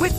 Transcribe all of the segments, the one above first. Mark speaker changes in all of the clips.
Speaker 1: With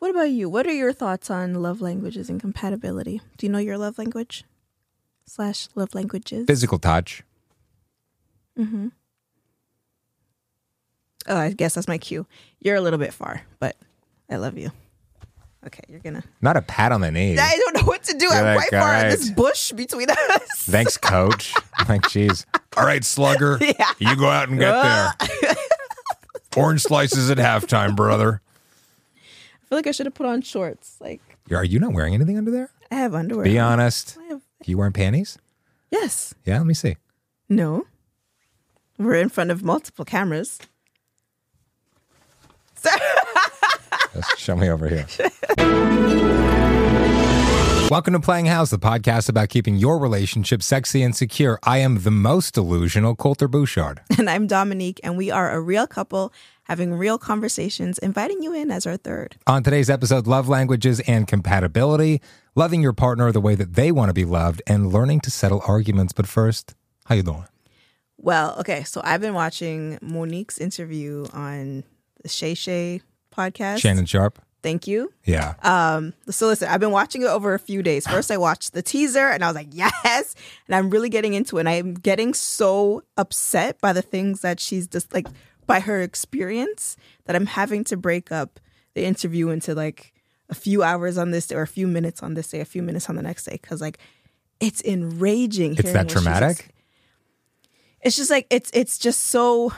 Speaker 2: What about you? What are your thoughts on love languages and compatibility? Do you know your love language? Slash love languages.
Speaker 3: Physical touch.
Speaker 2: Mm-hmm. Oh, I guess that's my cue. You're a little bit far, but I love you. Okay, you're gonna.
Speaker 3: Not a pat on the knee.
Speaker 2: I don't know what to do.
Speaker 3: You're
Speaker 2: I'm
Speaker 3: like,
Speaker 2: right far in
Speaker 3: "Alright."
Speaker 2: this bush between us.
Speaker 3: Thanks, coach. like, jeez. All right, slugger. You go out and get there. Orange slices at halftime, brother.
Speaker 2: I feel like I should have put on shorts. Like
Speaker 3: Are you not wearing anything under there?
Speaker 2: I have underwear.
Speaker 3: Be
Speaker 2: on.
Speaker 3: honest.
Speaker 2: I have-
Speaker 3: You wearing panties?
Speaker 2: Yes.
Speaker 3: Yeah, let me see.
Speaker 2: No. We're in front of multiple cameras.
Speaker 3: Just show me over here. Welcome to Playing House, the podcast about keeping your relationship sexy and secure. I am the most delusional Coulter Bouchard.
Speaker 2: And I'm Dominique, and we are a real couple having real conversations, inviting you in as our third.
Speaker 3: On today's episode, love languages and compatibility, loving your partner the way that they want to be loved, and learning to settle arguments. But first, how you doing?
Speaker 2: Well, okay, so I've been watching Monique's interview on the Shay Shay podcast.
Speaker 3: Shannon Sharp?
Speaker 2: Thank you.
Speaker 3: Yeah.
Speaker 2: Uh, So listen, I've been watching it over a few days. First, I watched the teaser and I was like, yes. And I'm really getting into it. And I'm getting so upset by the things that she's just like, by her experience, that I'm having to break up the interview into like a few hours on this day or a few minutes on this day, a few minutes on the next day. Cause like, it's enraging.
Speaker 3: it's
Speaker 2: hearing
Speaker 3: that
Speaker 2: what she's
Speaker 3: traumatic?
Speaker 2: it's just like it's it's just so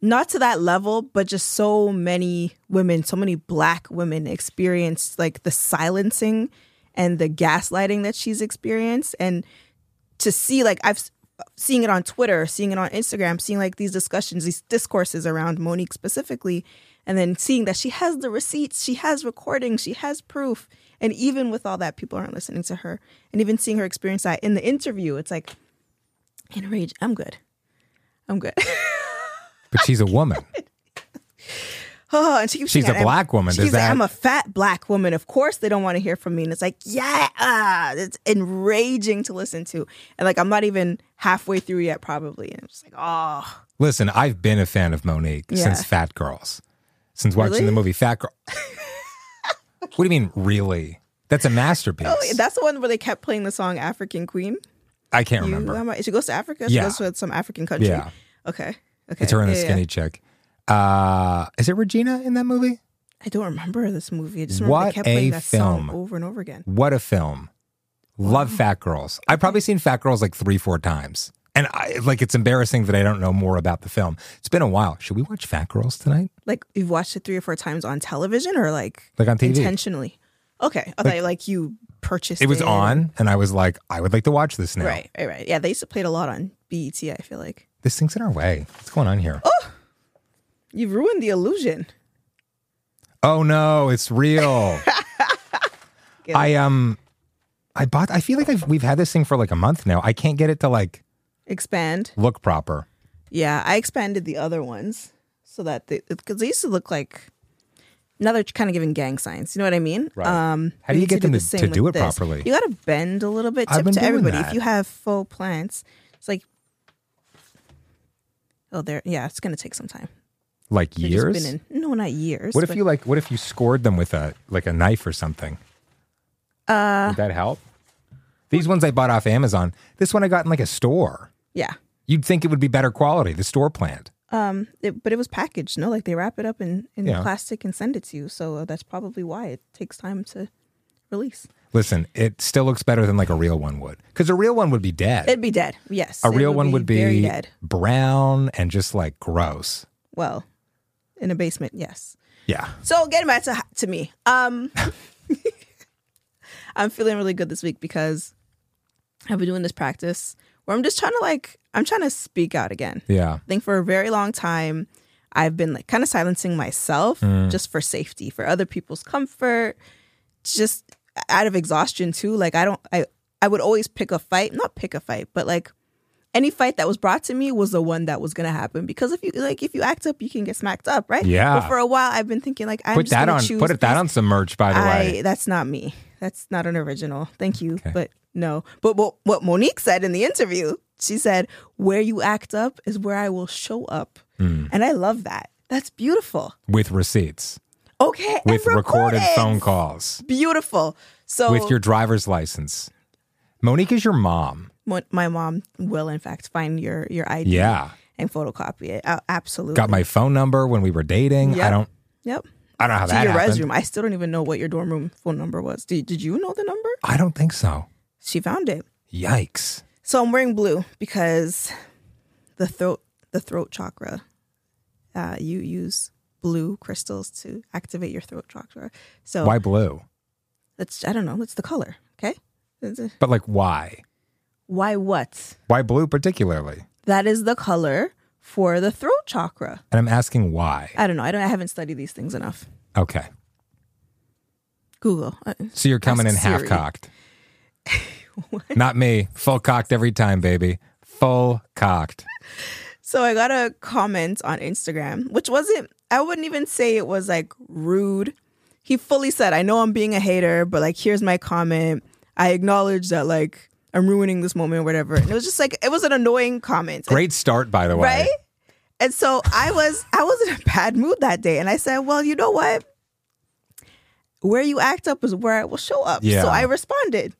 Speaker 2: not to that level but just so many women so many black women experience like the silencing and the gaslighting that she's experienced and to see like i've s- seeing it on twitter seeing it on instagram seeing like these discussions these discourses around monique specifically and then seeing that she has the receipts she has recordings she has proof and even with all that people aren't listening to her and even seeing her experience that in the interview it's like enraged i'm good i'm good
Speaker 3: But she's a woman.
Speaker 2: Oh, and she keeps
Speaker 3: She's
Speaker 2: saying,
Speaker 3: a
Speaker 2: I'm-
Speaker 3: black woman.
Speaker 2: She's
Speaker 3: Does
Speaker 2: like,
Speaker 3: that-
Speaker 2: I'm a fat black woman. Of course, they don't want to hear from me. And it's like, yeah, ah, it's enraging to listen to. And like, I'm not even halfway through yet, probably. And I'm just like, oh,
Speaker 3: Listen, I've been a fan of Monique
Speaker 2: Yeah.
Speaker 3: since Fat Girls, since watching
Speaker 2: Really?
Speaker 3: the movie Fat Girl. what do you mean, really? That's a masterpiece.
Speaker 2: Oh, that's the one where they kept playing the song African Queen.
Speaker 3: I can't
Speaker 2: You,
Speaker 3: remember.
Speaker 2: am I- she goes to Africa.
Speaker 3: Yeah.
Speaker 2: She goes to some African country.
Speaker 3: Yeah.
Speaker 2: Okay. Okay.
Speaker 3: It's her and the
Speaker 2: Yeah, yeah.
Speaker 3: skinny chick. Uh, is it Regina in that movie?
Speaker 2: I don't remember this movie. I just remember
Speaker 3: What
Speaker 2: they kept playing
Speaker 3: a
Speaker 2: that
Speaker 3: film.
Speaker 2: song over and over again.
Speaker 3: What a film. Love Fat Girls. I've probably seen Fat Girls like three, four times. And I, like, it's embarrassing that I don't know more about the film. It's been a while. Should we watch Fat Girls tonight?
Speaker 2: Like you've watched it three or four times on television, or like
Speaker 3: Like on TV?
Speaker 2: intentionally. Okay, I thought like you purchased.
Speaker 3: It was
Speaker 2: or-
Speaker 3: on, and I was like, I would like to watch this now.
Speaker 2: Right, right, right. Yeah, they used to play it a lot on BET. I feel like
Speaker 3: This thing's in our way. What's going on
Speaker 2: Oh.
Speaker 3: here?
Speaker 2: you've ruined the illusion.
Speaker 3: Oh no, it's real.
Speaker 2: Get
Speaker 3: I um I bought I feel like I've, we've had this thing for like a month now. I can't get it to like
Speaker 2: Expand.
Speaker 3: look proper.
Speaker 2: Yeah, I expanded the other ones so that they because they used to look like. Now they're kind of giving gang signs. You know what I mean?
Speaker 3: Right.
Speaker 2: Um,
Speaker 3: How do
Speaker 2: we
Speaker 3: you
Speaker 2: need
Speaker 3: get them
Speaker 2: the
Speaker 3: to-
Speaker 2: same
Speaker 3: to do
Speaker 2: with
Speaker 3: it
Speaker 2: this.
Speaker 3: properly?
Speaker 2: You got to bend a little bit.
Speaker 3: I've
Speaker 2: Tip
Speaker 3: been
Speaker 2: to
Speaker 3: doing
Speaker 2: everybody.
Speaker 3: that.
Speaker 2: If you have full plants, it's like, oh, there. Yeah, it's gonna take some time.
Speaker 3: Like
Speaker 2: They've
Speaker 3: years.
Speaker 2: Just been in, no, not years.
Speaker 3: what if
Speaker 2: but-
Speaker 3: you like what if you scored them with a like a knife or something? Uh Would that help? These ones I bought off Amazon. This one I got in like a store.
Speaker 2: Yeah.
Speaker 3: You'd think it would be better quality, the store plant.
Speaker 2: Um, it, but it was packaged, no? Like they wrap it up in, in
Speaker 3: Yeah.
Speaker 2: plastic and send it to you. So that's probably why it takes time to release.
Speaker 3: Listen, it still looks better than like a real one would. Because a real one would be dead.
Speaker 2: It'd be dead. Yes.
Speaker 3: a
Speaker 2: it
Speaker 3: real one would
Speaker 2: very
Speaker 3: be
Speaker 2: dead.
Speaker 3: brown and just like gross.
Speaker 2: Well, in a basement, yes.
Speaker 3: Yeah.
Speaker 2: So getting back to to me, um, I'm feeling really good this week because I've been doing this practice where I'm just trying to like I'm trying to speak out again.
Speaker 3: Yeah.
Speaker 2: I think for a very long time, I've been like kind of silencing myself
Speaker 3: Mm.
Speaker 2: just for safety, for other people's comfort, just out of exhaustion too. Like I don't I I would always pick a fight, not pick a fight, but like any fight that was brought to me was the one that was gonna happen because if you like if you act up, you can get smacked up, right?
Speaker 3: Yeah.
Speaker 2: But for a while, I've been thinking like I'm
Speaker 3: put
Speaker 2: just
Speaker 3: that
Speaker 2: gonna
Speaker 3: on.
Speaker 2: choose
Speaker 3: Put it, that
Speaker 2: peace.
Speaker 3: on some merch, by the
Speaker 2: I
Speaker 3: way.
Speaker 2: that's not me. That's not an original. Thank you, but no. But what what Monique said in the interview, she said, "Where you act up is where I will show up,"
Speaker 3: Mm.
Speaker 2: and I love that. That's beautiful.
Speaker 3: With receipts,
Speaker 2: Okay, and
Speaker 3: with recorded
Speaker 2: recordings.
Speaker 3: phone calls,
Speaker 2: Beautiful. So
Speaker 3: with your driver's license. Monique is your mom.
Speaker 2: Mo- my mom will in fact find your your ID.
Speaker 3: Yeah.
Speaker 2: and photocopy it. A- absolutely.
Speaker 3: Got my phone number when we were dating. I
Speaker 2: Yep.
Speaker 3: don't.
Speaker 2: Yep.
Speaker 3: I don't know how
Speaker 2: To
Speaker 3: that
Speaker 2: your
Speaker 3: happened.
Speaker 2: restroom. I still don't even know what your dorm room phone number was. Did, did you know the number?
Speaker 3: I don't think so.
Speaker 2: She found it.
Speaker 3: Yikes.
Speaker 2: So I'm wearing blue because the throat the throat chakra. Uh, you use blue crystals to activate your throat chakra. So
Speaker 3: Why blue?
Speaker 2: that's I don't know. It's the color. Okay. It's a-
Speaker 3: But like, why?
Speaker 2: Why what?
Speaker 3: Why blue particularly?
Speaker 2: That is the color for the throat chakra.
Speaker 3: And I'm asking why.
Speaker 2: I don't know. I don't. I haven't studied these things enough.
Speaker 3: Okay.
Speaker 2: Google. Uh,
Speaker 3: So you're coming in
Speaker 2: Ask
Speaker 3: half
Speaker 2: Siri.
Speaker 3: cocked. Not me. Full cocked every time, baby. Full cocked.
Speaker 2: So I got a comment on Instagram, which wasn't, I wouldn't even say it was like rude. He fully said, I know I'm being a hater, but like, here's my comment. I acknowledge that like I'm ruining this moment or whatever. And it was just like, it was an annoying comment.
Speaker 3: Great start, by the way.
Speaker 2: Right? And so I was I was in a bad mood that day and I said, "Well, you know what? Where you act up is where it will show up."
Speaker 3: Yeah.
Speaker 2: So I responded.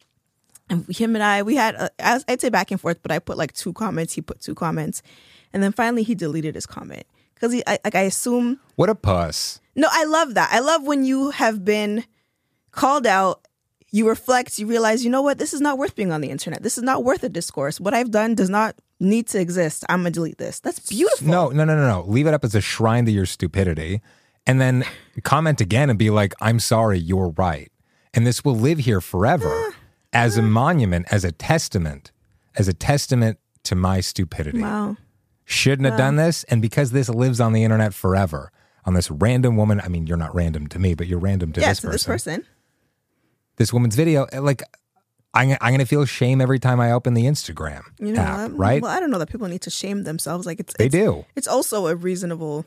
Speaker 2: And him and I, we had uh, I- I'd say back and forth, but I put like two comments, he put two comments. And then finally he deleted his comment cuz he I, like I assume
Speaker 3: What a puss.
Speaker 2: no, I love that. I love when you have been called out, you reflect, you realize, you know what, this is not worth being on the internet. This is not worth a discourse. What I've done does not need to exist. I'm gonna delete this. That's beautiful.
Speaker 3: No, no, no, no, no. Leave it up as a shrine to your stupidity. And then comment again and be like, I'm sorry, you're right. And this will live here
Speaker 2: Eh,
Speaker 3: forever as a monument, as a testament, as a testament to my stupidity.
Speaker 2: Wow.
Speaker 3: Shouldn't have done this. And because this lives on the internet forever, on this random woman, I mean, you're not random to me, but you're random to
Speaker 2: Yeah,
Speaker 3: this
Speaker 2: to
Speaker 3: person.
Speaker 2: this person.
Speaker 3: this woman's video, like, I'm, I'm going to feel shame every time I open the Instagram
Speaker 2: You know,
Speaker 3: app,
Speaker 2: um,
Speaker 3: right?
Speaker 2: Well, I don't know that people need to shame themselves. Like it's
Speaker 3: They
Speaker 2: it's,
Speaker 3: do.
Speaker 2: It's also a reasonable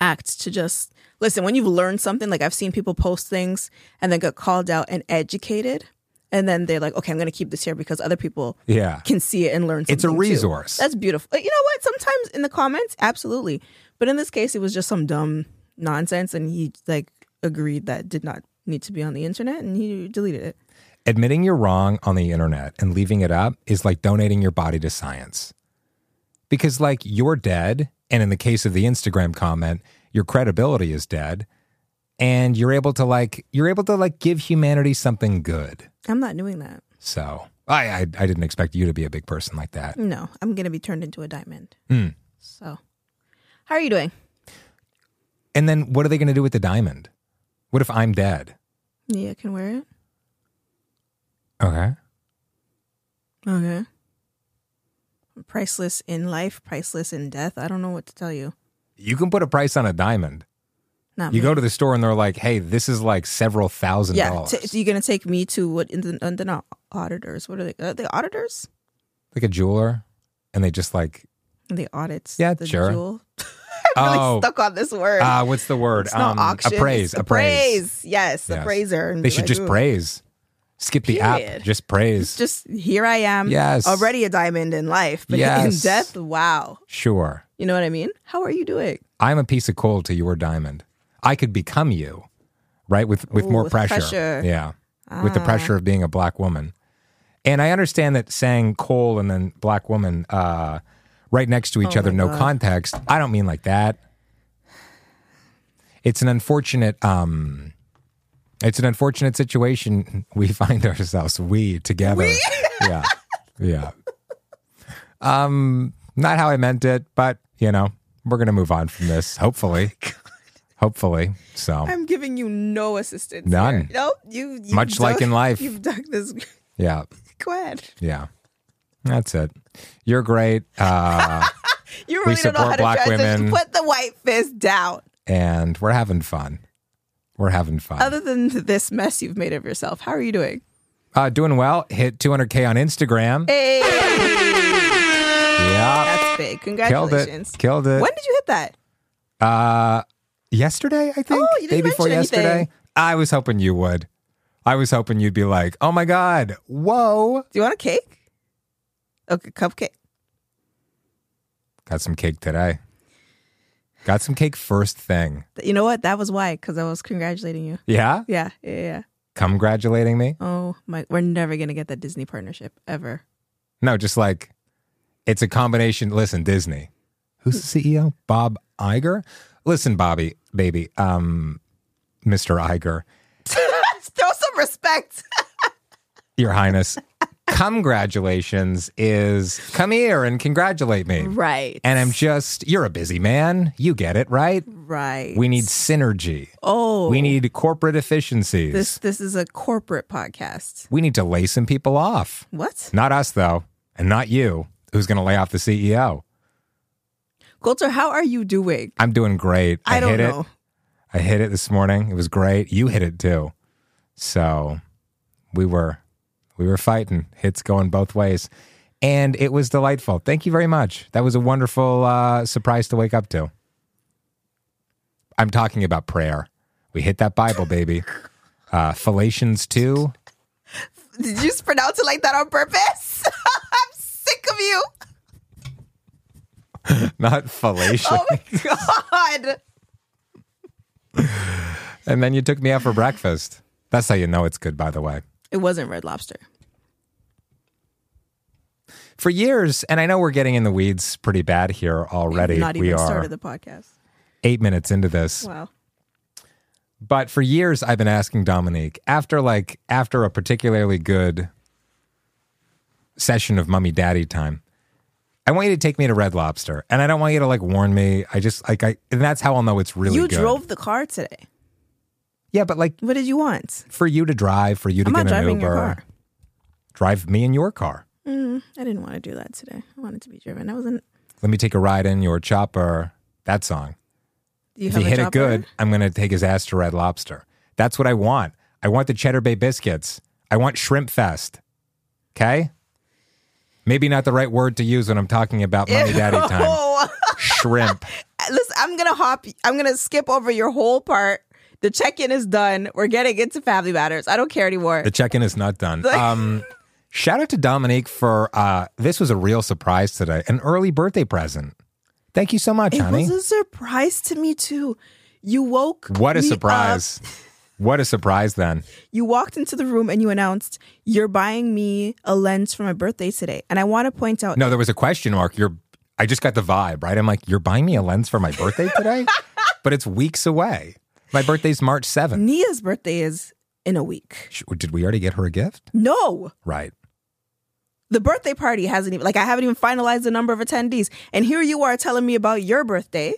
Speaker 2: act to just listen when you've learned something. Like I've seen people post things and then get called out and educated, and then they're like, okay, I'm going to keep this here because other people
Speaker 3: yeah.
Speaker 2: can see it and learn. something
Speaker 3: It's a
Speaker 2: too.
Speaker 3: resource.
Speaker 2: That's beautiful. But You know what? Sometimes in the comments, absolutely, but in this case, it was just some dumb nonsense, and he like agreed that did not need to be on the internet, and he deleted it.
Speaker 3: Admitting you're wrong on the internet and leaving it up is like donating your body to science. Because, like, you're dead. And in the case of the Instagram comment, your credibility is dead. And you're able to, like, you're able to, like, give humanity something good.
Speaker 2: I'm not doing that.
Speaker 3: So I, I, I didn't expect you to be a big person like that.
Speaker 2: No, I'm gonna be turned into a diamond.
Speaker 3: Hmm.
Speaker 2: So, how are you doing?
Speaker 3: And then what are they going to do with the diamond? What if I'm dead?
Speaker 2: Yeah, can wear it.
Speaker 3: Okay.
Speaker 2: Okay. Priceless in life, priceless in death. I don't know what to tell you.
Speaker 3: You can put a price on a diamond.
Speaker 2: Not
Speaker 3: You
Speaker 2: me.
Speaker 3: go to the store and they're like, hey, this is like several thousand
Speaker 2: yeah.
Speaker 3: dollars.
Speaker 2: T- so you're gonna take me to what? In the, and they're not auditors. What are they? Are they auditors?
Speaker 3: like a jeweler. And they just like,
Speaker 2: The audits.
Speaker 3: Yeah,
Speaker 2: the
Speaker 3: sure.
Speaker 2: jewel.
Speaker 3: Oh.
Speaker 2: really stuck on this word.
Speaker 3: ah, what's the word?
Speaker 2: it's not auction.
Speaker 3: Appraise.
Speaker 2: it's
Speaker 3: Appraise.
Speaker 2: appraise. Yes,
Speaker 3: Yes.
Speaker 2: appraiser. and
Speaker 3: They
Speaker 2: be
Speaker 3: should
Speaker 2: like,
Speaker 3: just
Speaker 2: "Ooh."
Speaker 3: praise. Skip the app.
Speaker 2: Period.
Speaker 3: Just praise.
Speaker 2: Just here I am.
Speaker 3: Yes.
Speaker 2: Already a diamond in life, but
Speaker 3: Yes.
Speaker 2: in death, wow.
Speaker 3: sure.
Speaker 2: You know what I mean? How are you doing?
Speaker 3: I'm a piece of coal to your diamond. I could become you, right? With with
Speaker 2: Ooh,
Speaker 3: more
Speaker 2: with
Speaker 3: pressure.
Speaker 2: pressure.
Speaker 3: Yeah. With the pressure of being a black woman. And I understand that saying coal and then black woman uh, right next to each
Speaker 2: Oh
Speaker 3: other, no context. I don't mean like that. It's an unfortunate um it's an unfortunate situation we find ourselves, we together. yeah. Yeah. Um not how I meant it, but you know, we're gonna move on from this, hopefully. hopefully. So
Speaker 2: Oh I'm giving you no assistance.
Speaker 3: None.
Speaker 2: here. Nope. You, you
Speaker 3: Much like in life.
Speaker 2: You've dug this.
Speaker 3: yeah.
Speaker 2: Go ahead.
Speaker 3: Yeah. That's it. You're great. Uh,
Speaker 2: You really don't know
Speaker 3: support
Speaker 2: how to
Speaker 3: black
Speaker 2: transition.
Speaker 3: women.
Speaker 2: Put the white fist down.
Speaker 3: and we're having fun. We're having fun.
Speaker 2: Other than this mess you've made of yourself, how are you doing?
Speaker 3: uh, doing well. Hit 200K on Instagram.
Speaker 2: Hey,
Speaker 3: Yeah.
Speaker 2: that's big.
Speaker 3: Killed
Speaker 2: Congratulations.
Speaker 3: it. Killed it.
Speaker 2: When did you hit that?
Speaker 3: Uh, yesterday, I think.
Speaker 2: Oh, you
Speaker 3: Day
Speaker 2: didn't
Speaker 3: before
Speaker 2: mention
Speaker 3: yesterday.
Speaker 2: anything.
Speaker 3: I was hoping you would. I was hoping you'd be like, oh my God, whoa.
Speaker 2: Do you want a cake? Okay, cupcake.
Speaker 3: Got some cake today. Got some cake first thing.
Speaker 2: You know what? That was why, because I was congratulating you.
Speaker 3: Yeah?
Speaker 2: Yeah, yeah, yeah.
Speaker 3: Congratulating me?
Speaker 2: Oh my, we're never gonna get that Disney partnership ever.
Speaker 3: No, just like it's a combination. Listen, Disney. Who's the CEO? Bob Iger? Listen, Bobby, baby, um, Mr. Iger,
Speaker 2: Throw some respect.
Speaker 3: Your Highness, congratulations is come here and congratulate me.
Speaker 2: Right.
Speaker 3: And I'm just, you're a busy man. You get it, right?
Speaker 2: right.
Speaker 3: We need synergy.
Speaker 2: Oh,
Speaker 3: We need corporate efficiencies.
Speaker 2: this. This is a corporate podcast.
Speaker 3: we need to lay some people off.
Speaker 2: What?
Speaker 3: Not us, though, and not you, who's going to lay off the E CEO.
Speaker 2: Coulter, how are you doing?
Speaker 3: I'm doing great. I,
Speaker 2: I don't
Speaker 3: hit
Speaker 2: know.
Speaker 3: it. I hit it this morning. It was great. You hit it too. So we were we were fighting. Hits going both ways. And it was delightful. Thank you very much. That was a wonderful uh, surprise to wake up to. I'm talking about prayer. We hit that Bible, baby. Uh, Philippians 2.
Speaker 2: Did you just pronounce it like that on purpose? I'm sick of you.
Speaker 3: Not Philippians.
Speaker 2: Oh my god.
Speaker 3: And then you took me out for breakfast. That's how you know it's good, by the way.
Speaker 2: It wasn't Red Lobster.
Speaker 3: For years, and I know we're getting in the weeds pretty bad here already.
Speaker 2: Not
Speaker 3: we
Speaker 2: even
Speaker 3: are
Speaker 2: started the podcast.
Speaker 3: eight minutes into this.
Speaker 2: Wow.
Speaker 3: But for years, I've been asking Dominique after like after a particularly good session of mummy daddy time. I want you to take me to Red Lobster, and I don't want you to like warn me. I just like I, and that's how I'll know it's really
Speaker 2: you
Speaker 3: good.
Speaker 2: drove the car today.
Speaker 3: yeah, but like
Speaker 2: What did you want?
Speaker 3: for you to drive, for you to
Speaker 2: I'm
Speaker 3: get
Speaker 2: not
Speaker 3: an
Speaker 2: driving
Speaker 3: Uber,
Speaker 2: your car.
Speaker 3: drive me in your car.
Speaker 2: I didn't want to do that today. I wanted to be driven. I wasn't.
Speaker 3: Let me take a ride in your chopper. That song.
Speaker 2: Do you
Speaker 3: if
Speaker 2: have
Speaker 3: he
Speaker 2: a
Speaker 3: hit it
Speaker 2: job
Speaker 3: good,
Speaker 2: order?
Speaker 3: I'm going to take his ass to Red Lobster. That's what I want. I want the Cheddar Bay biscuits. I want Shrimp Fest. Okay? Maybe not the right word to use when I'm talking about mommy daddy time.
Speaker 2: Oh,
Speaker 3: Shrimp.
Speaker 2: listen, I'm gonna hop. I'm gonna skip over your whole part. The check-in is done. We're getting into family matters. I don't care anymore.
Speaker 3: The check in is not done. Um, shout out to Dominique for uh, this was a real surprise today, an early birthday present. Thank you so much,
Speaker 2: it
Speaker 3: honey.
Speaker 2: was a surprise to me too. You woke.
Speaker 3: what a
Speaker 2: me up.
Speaker 3: surprise. What a surprise then.
Speaker 2: You walked into the room and you announced you're buying me a lens for my birthday today. And I want to point out.
Speaker 3: No, there was a question mark. You're I just got the vibe, right? I'm like, you're buying me a lens for my birthday today? but it's weeks away. My birthday's March 7th.
Speaker 2: Nia's birthday is in a week.
Speaker 3: Sh- Did we already get her a gift?
Speaker 2: No,
Speaker 3: Right.
Speaker 2: the birthday party hasn't even like I haven't even finalized the number of attendees. And here you are telling me about your birthday.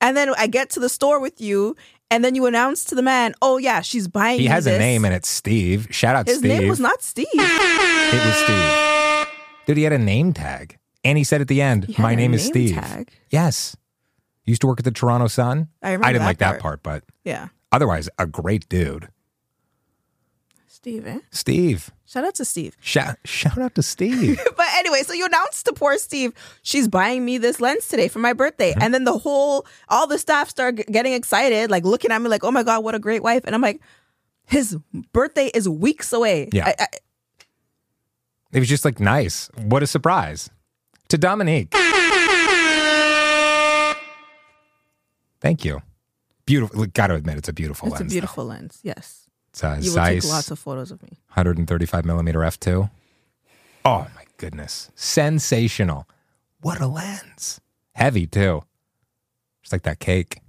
Speaker 2: And then I get to the store with you and then you announce to the man, "Oh yeah, she's buying
Speaker 3: He
Speaker 2: me
Speaker 3: has a
Speaker 2: this."
Speaker 3: name and it's Steve. Shout out
Speaker 2: His
Speaker 3: Steve.
Speaker 2: name was not Steve.
Speaker 3: it was Steve. Dude, he had a name tag. And he said at the end,
Speaker 2: had
Speaker 3: my
Speaker 2: a
Speaker 3: name is
Speaker 2: name
Speaker 3: Steve.
Speaker 2: tag?
Speaker 3: Yes. Used to work at the Toronto Sun.
Speaker 2: I remember
Speaker 3: didn't
Speaker 2: that
Speaker 3: like that part,
Speaker 2: part.
Speaker 3: but
Speaker 2: Yeah.
Speaker 3: otherwise, a great dude.
Speaker 2: Steve. Eh?
Speaker 3: Steve.
Speaker 2: Shout out to Steve.
Speaker 3: Shout, shout out to Steve.
Speaker 2: But anyway, so you announced to poor Steve, she's buying me this lens today for my birthday.
Speaker 3: Mm-hmm.
Speaker 2: And then the whole, all the staff start g- getting excited, like looking at me like, oh my God, what a great wife. And I'm like, his birthday is weeks away.
Speaker 3: Yeah.
Speaker 2: I- I,
Speaker 3: It was just like nice. What a surprise to Dominique. Thank you. Beautiful. Got to admit, it's a beautiful
Speaker 2: it's a
Speaker 3: lens.
Speaker 2: beautiful lens. Yes.
Speaker 3: though. It's a
Speaker 2: You will
Speaker 3: size
Speaker 2: take lots of photos of me.
Speaker 3: 135 millimeter f2. Oh my goodness! Sensational. What a lens. Heavy too. Just like that cake.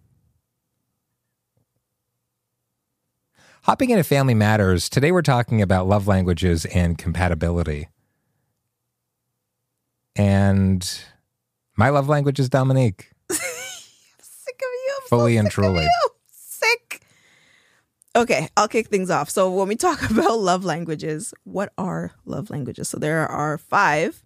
Speaker 3: Hopping into Family Matters, today we're talking about love languages and compatibility. And my love language is Dominique.
Speaker 2: Sick of you. I'm
Speaker 3: Fully
Speaker 2: so
Speaker 3: and
Speaker 2: sick of
Speaker 3: truly.
Speaker 2: you. Sick. Okay, I'll kick things off. So when we talk about love languages, what are love languages? So there are five.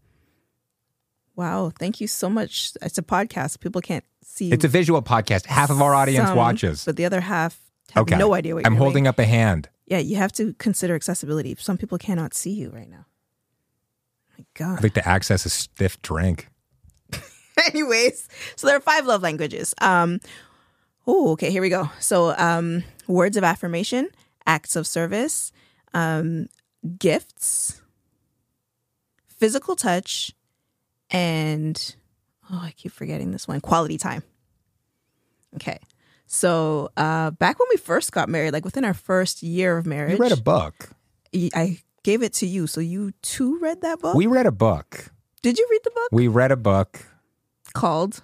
Speaker 2: Wow. Thank you so much. It's a podcast. People can't see.
Speaker 3: It's a visual podcast. Half of our audience
Speaker 2: some,
Speaker 3: watches.
Speaker 2: But the other half have
Speaker 3: okay.
Speaker 2: no idea what you're
Speaker 3: I'm holding
Speaker 2: doing.
Speaker 3: up a hand.
Speaker 2: Yeah, you have to consider accessibility. Some people cannot see you right now. My God.
Speaker 3: I think the access is stiff drink.
Speaker 2: Anyways, so there are five love languages. Um, oh, okay, here we go. So, um, words of affirmation, acts of service, um, gifts, physical touch, and oh, I keep forgetting this one quality time. Okay. So, uh, back when we first got married, like within our first year of marriage,
Speaker 3: You read a book.
Speaker 2: y- I gave it to you. So, you too read that book?
Speaker 3: We read a book.
Speaker 2: Did you read the book
Speaker 3: We read a book.
Speaker 2: called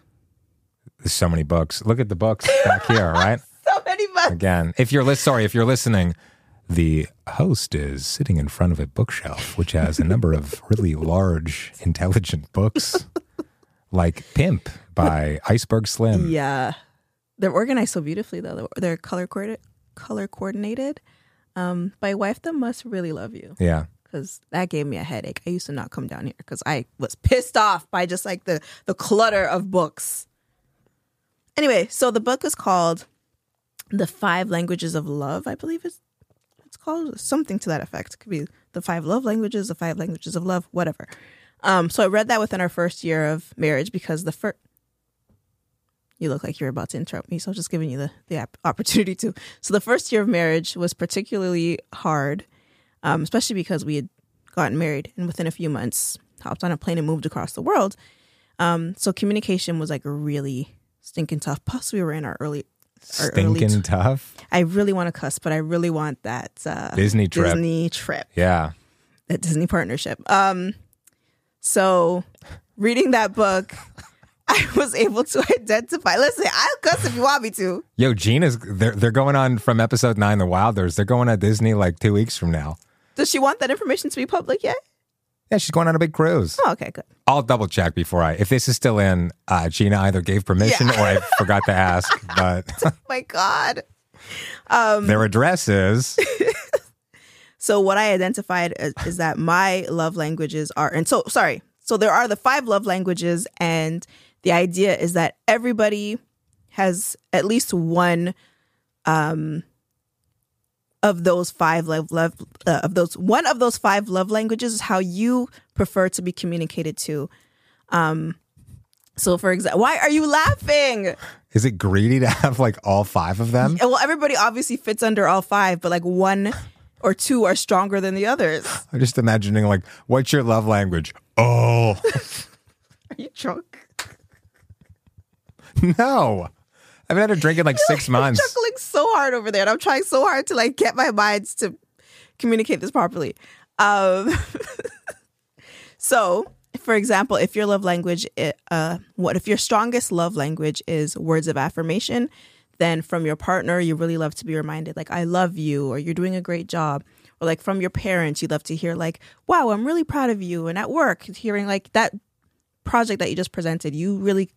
Speaker 3: There's so many books. Look at the books back here, right?
Speaker 2: So Many Books?
Speaker 3: Again, if you're listening, sorry, if you're listening, the host is sitting in front of a bookshelf which has a number of really large, intelligent books, like "Pimp" by Iceberg Slim.
Speaker 2: Yeah, they're organized so beautifully though. They're- They're color coordinated, color coordinated. Um, my wife, that must really love you
Speaker 3: yeah.
Speaker 2: because that gave me a headache. I used to not come down here because I was pissed off by just like the the clutter of books. Anyway, so the book is called "The Five Languages of Love." I believe it's it's called something to that effect. It could be the five love languages, the five languages of love, whatever. Um, so I read that within our first year of marriage because the first you look like you're about to interrupt me, so I'm just giving you the, the app- opportunity to. So the first year of marriage was particularly hard, um, especially because we had gotten married and within a few months hopped on a plane and moved across the world. Um, so communication was like really stinking tough. Plus, we were in our early, our early
Speaker 3: Stinking tough.
Speaker 2: I really want to cuss, but I really want that uh,
Speaker 3: Disney trip.
Speaker 2: Disney trip,
Speaker 3: Yeah.
Speaker 2: that Disney partnership. Um, so reading that book, I was able to identify. Listen, I'll cuss if you want me to.
Speaker 3: Yo, Gina's they're they're going on from episode nine, The Wilders. They're going to Disney like two weeks from now.
Speaker 2: Does she want that information to be public yet?
Speaker 3: Yeah, she's going on a big cruise.
Speaker 2: Oh, okay, good.
Speaker 3: I'll double check before I if this is still in, uh, Gina either gave permission or I forgot to ask, but
Speaker 2: My God. um,
Speaker 3: their address is
Speaker 2: So what I identified is, is that my love languages are, and so sorry. So there are the five love languages, and the idea is that everybody has at least one um, of those five love love uh, of those one of those five love languages is how you prefer to be communicated to. Um, so for example, why are you laughing?
Speaker 3: Is it greedy to have like all five of them?
Speaker 2: Well, everybody obviously fits under all five, but like one or two are stronger than the others.
Speaker 3: I'm just imagining like, what's your love language? Oh
Speaker 2: Are you drunk?
Speaker 3: no. I haven't had a drink in like six months.
Speaker 2: chuckling so hard over there, and I'm trying so hard to like get my minds to communicate this properly. Um, so, for example, if your love language, i- uh, what if your strongest love language is words of affirmation? Then from your partner, you really love to be reminded, like "I love you" or "You're doing a great job," or like from your parents, you love to hear, like "Wow, I'm really proud of you." And at work, hearing like that project that you just presented, you really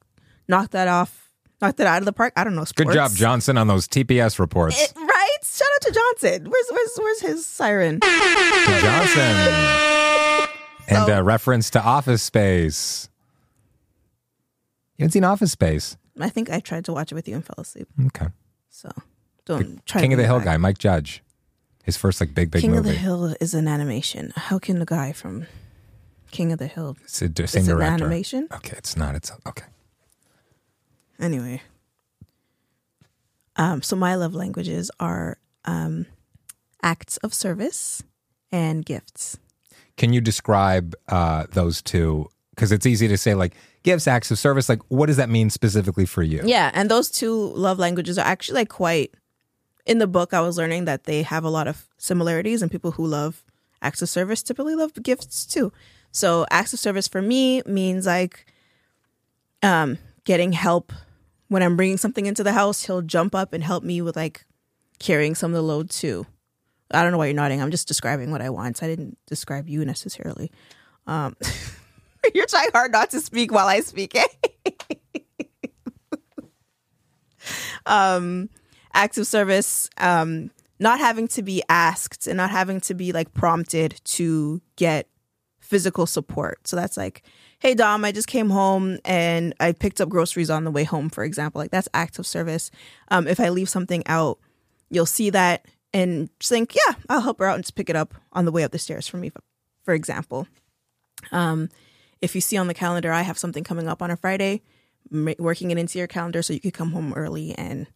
Speaker 2: knocked that off, knocked that out of the park. I don't know.
Speaker 3: Good
Speaker 2: Sports.
Speaker 3: job, Johnson, on those TPS reports.
Speaker 2: It- right? Shout out to Johnson. Where's where's where's his siren?
Speaker 3: To Johnson. And
Speaker 2: Oh.
Speaker 3: a reference to Office Space. You haven't seen Office Space.
Speaker 2: I think I tried to watch it with you and fell asleep.
Speaker 3: Okay.
Speaker 2: So don't try.
Speaker 3: King
Speaker 2: to
Speaker 3: of the
Speaker 2: bring it
Speaker 3: Hill
Speaker 2: back.
Speaker 3: guy, Mike Judge. His first like big, big
Speaker 2: King of
Speaker 3: movie.
Speaker 2: the Hill is an animation. How can the guy from King of the Hill?
Speaker 3: It's a
Speaker 2: Is
Speaker 3: same
Speaker 2: it an
Speaker 3: director.
Speaker 2: animation?
Speaker 3: Okay, it's not. It's okay.
Speaker 2: Anyway, um, so my love languages are um, acts of service and gifts.
Speaker 3: Can you describe uh, those two? Because it's easy to say like gives acts of service. Like, what does that mean specifically for you?
Speaker 2: Yeah, and those two love languages are actually like quite. In the book, I was learning that they have a lot of similarities, and people who love acts of service typically love gifts too. So, acts of service for me means like um, getting help when I'm bringing something into the house. He'll jump up and help me with like carrying some of the load too. I don't know why you're nodding. I'm just describing what I want. I didn't describe you necessarily. Um, you're trying hard not to speak while I speak. eh? um, acts of service, um, not having to be asked and not having to be like prompted to get physical support. So that's like, hey, Dom, I just came home and I picked up groceries on the way home, for example. Like, that's acts of service. Um, if I leave something out, you'll see that and just think, yeah, I'll help her out and just pick it up on the way up the stairs for me, for example. Um, if you see on the calendar, I have something coming up on a Friday, ma- working it into your calendar so you could come home early and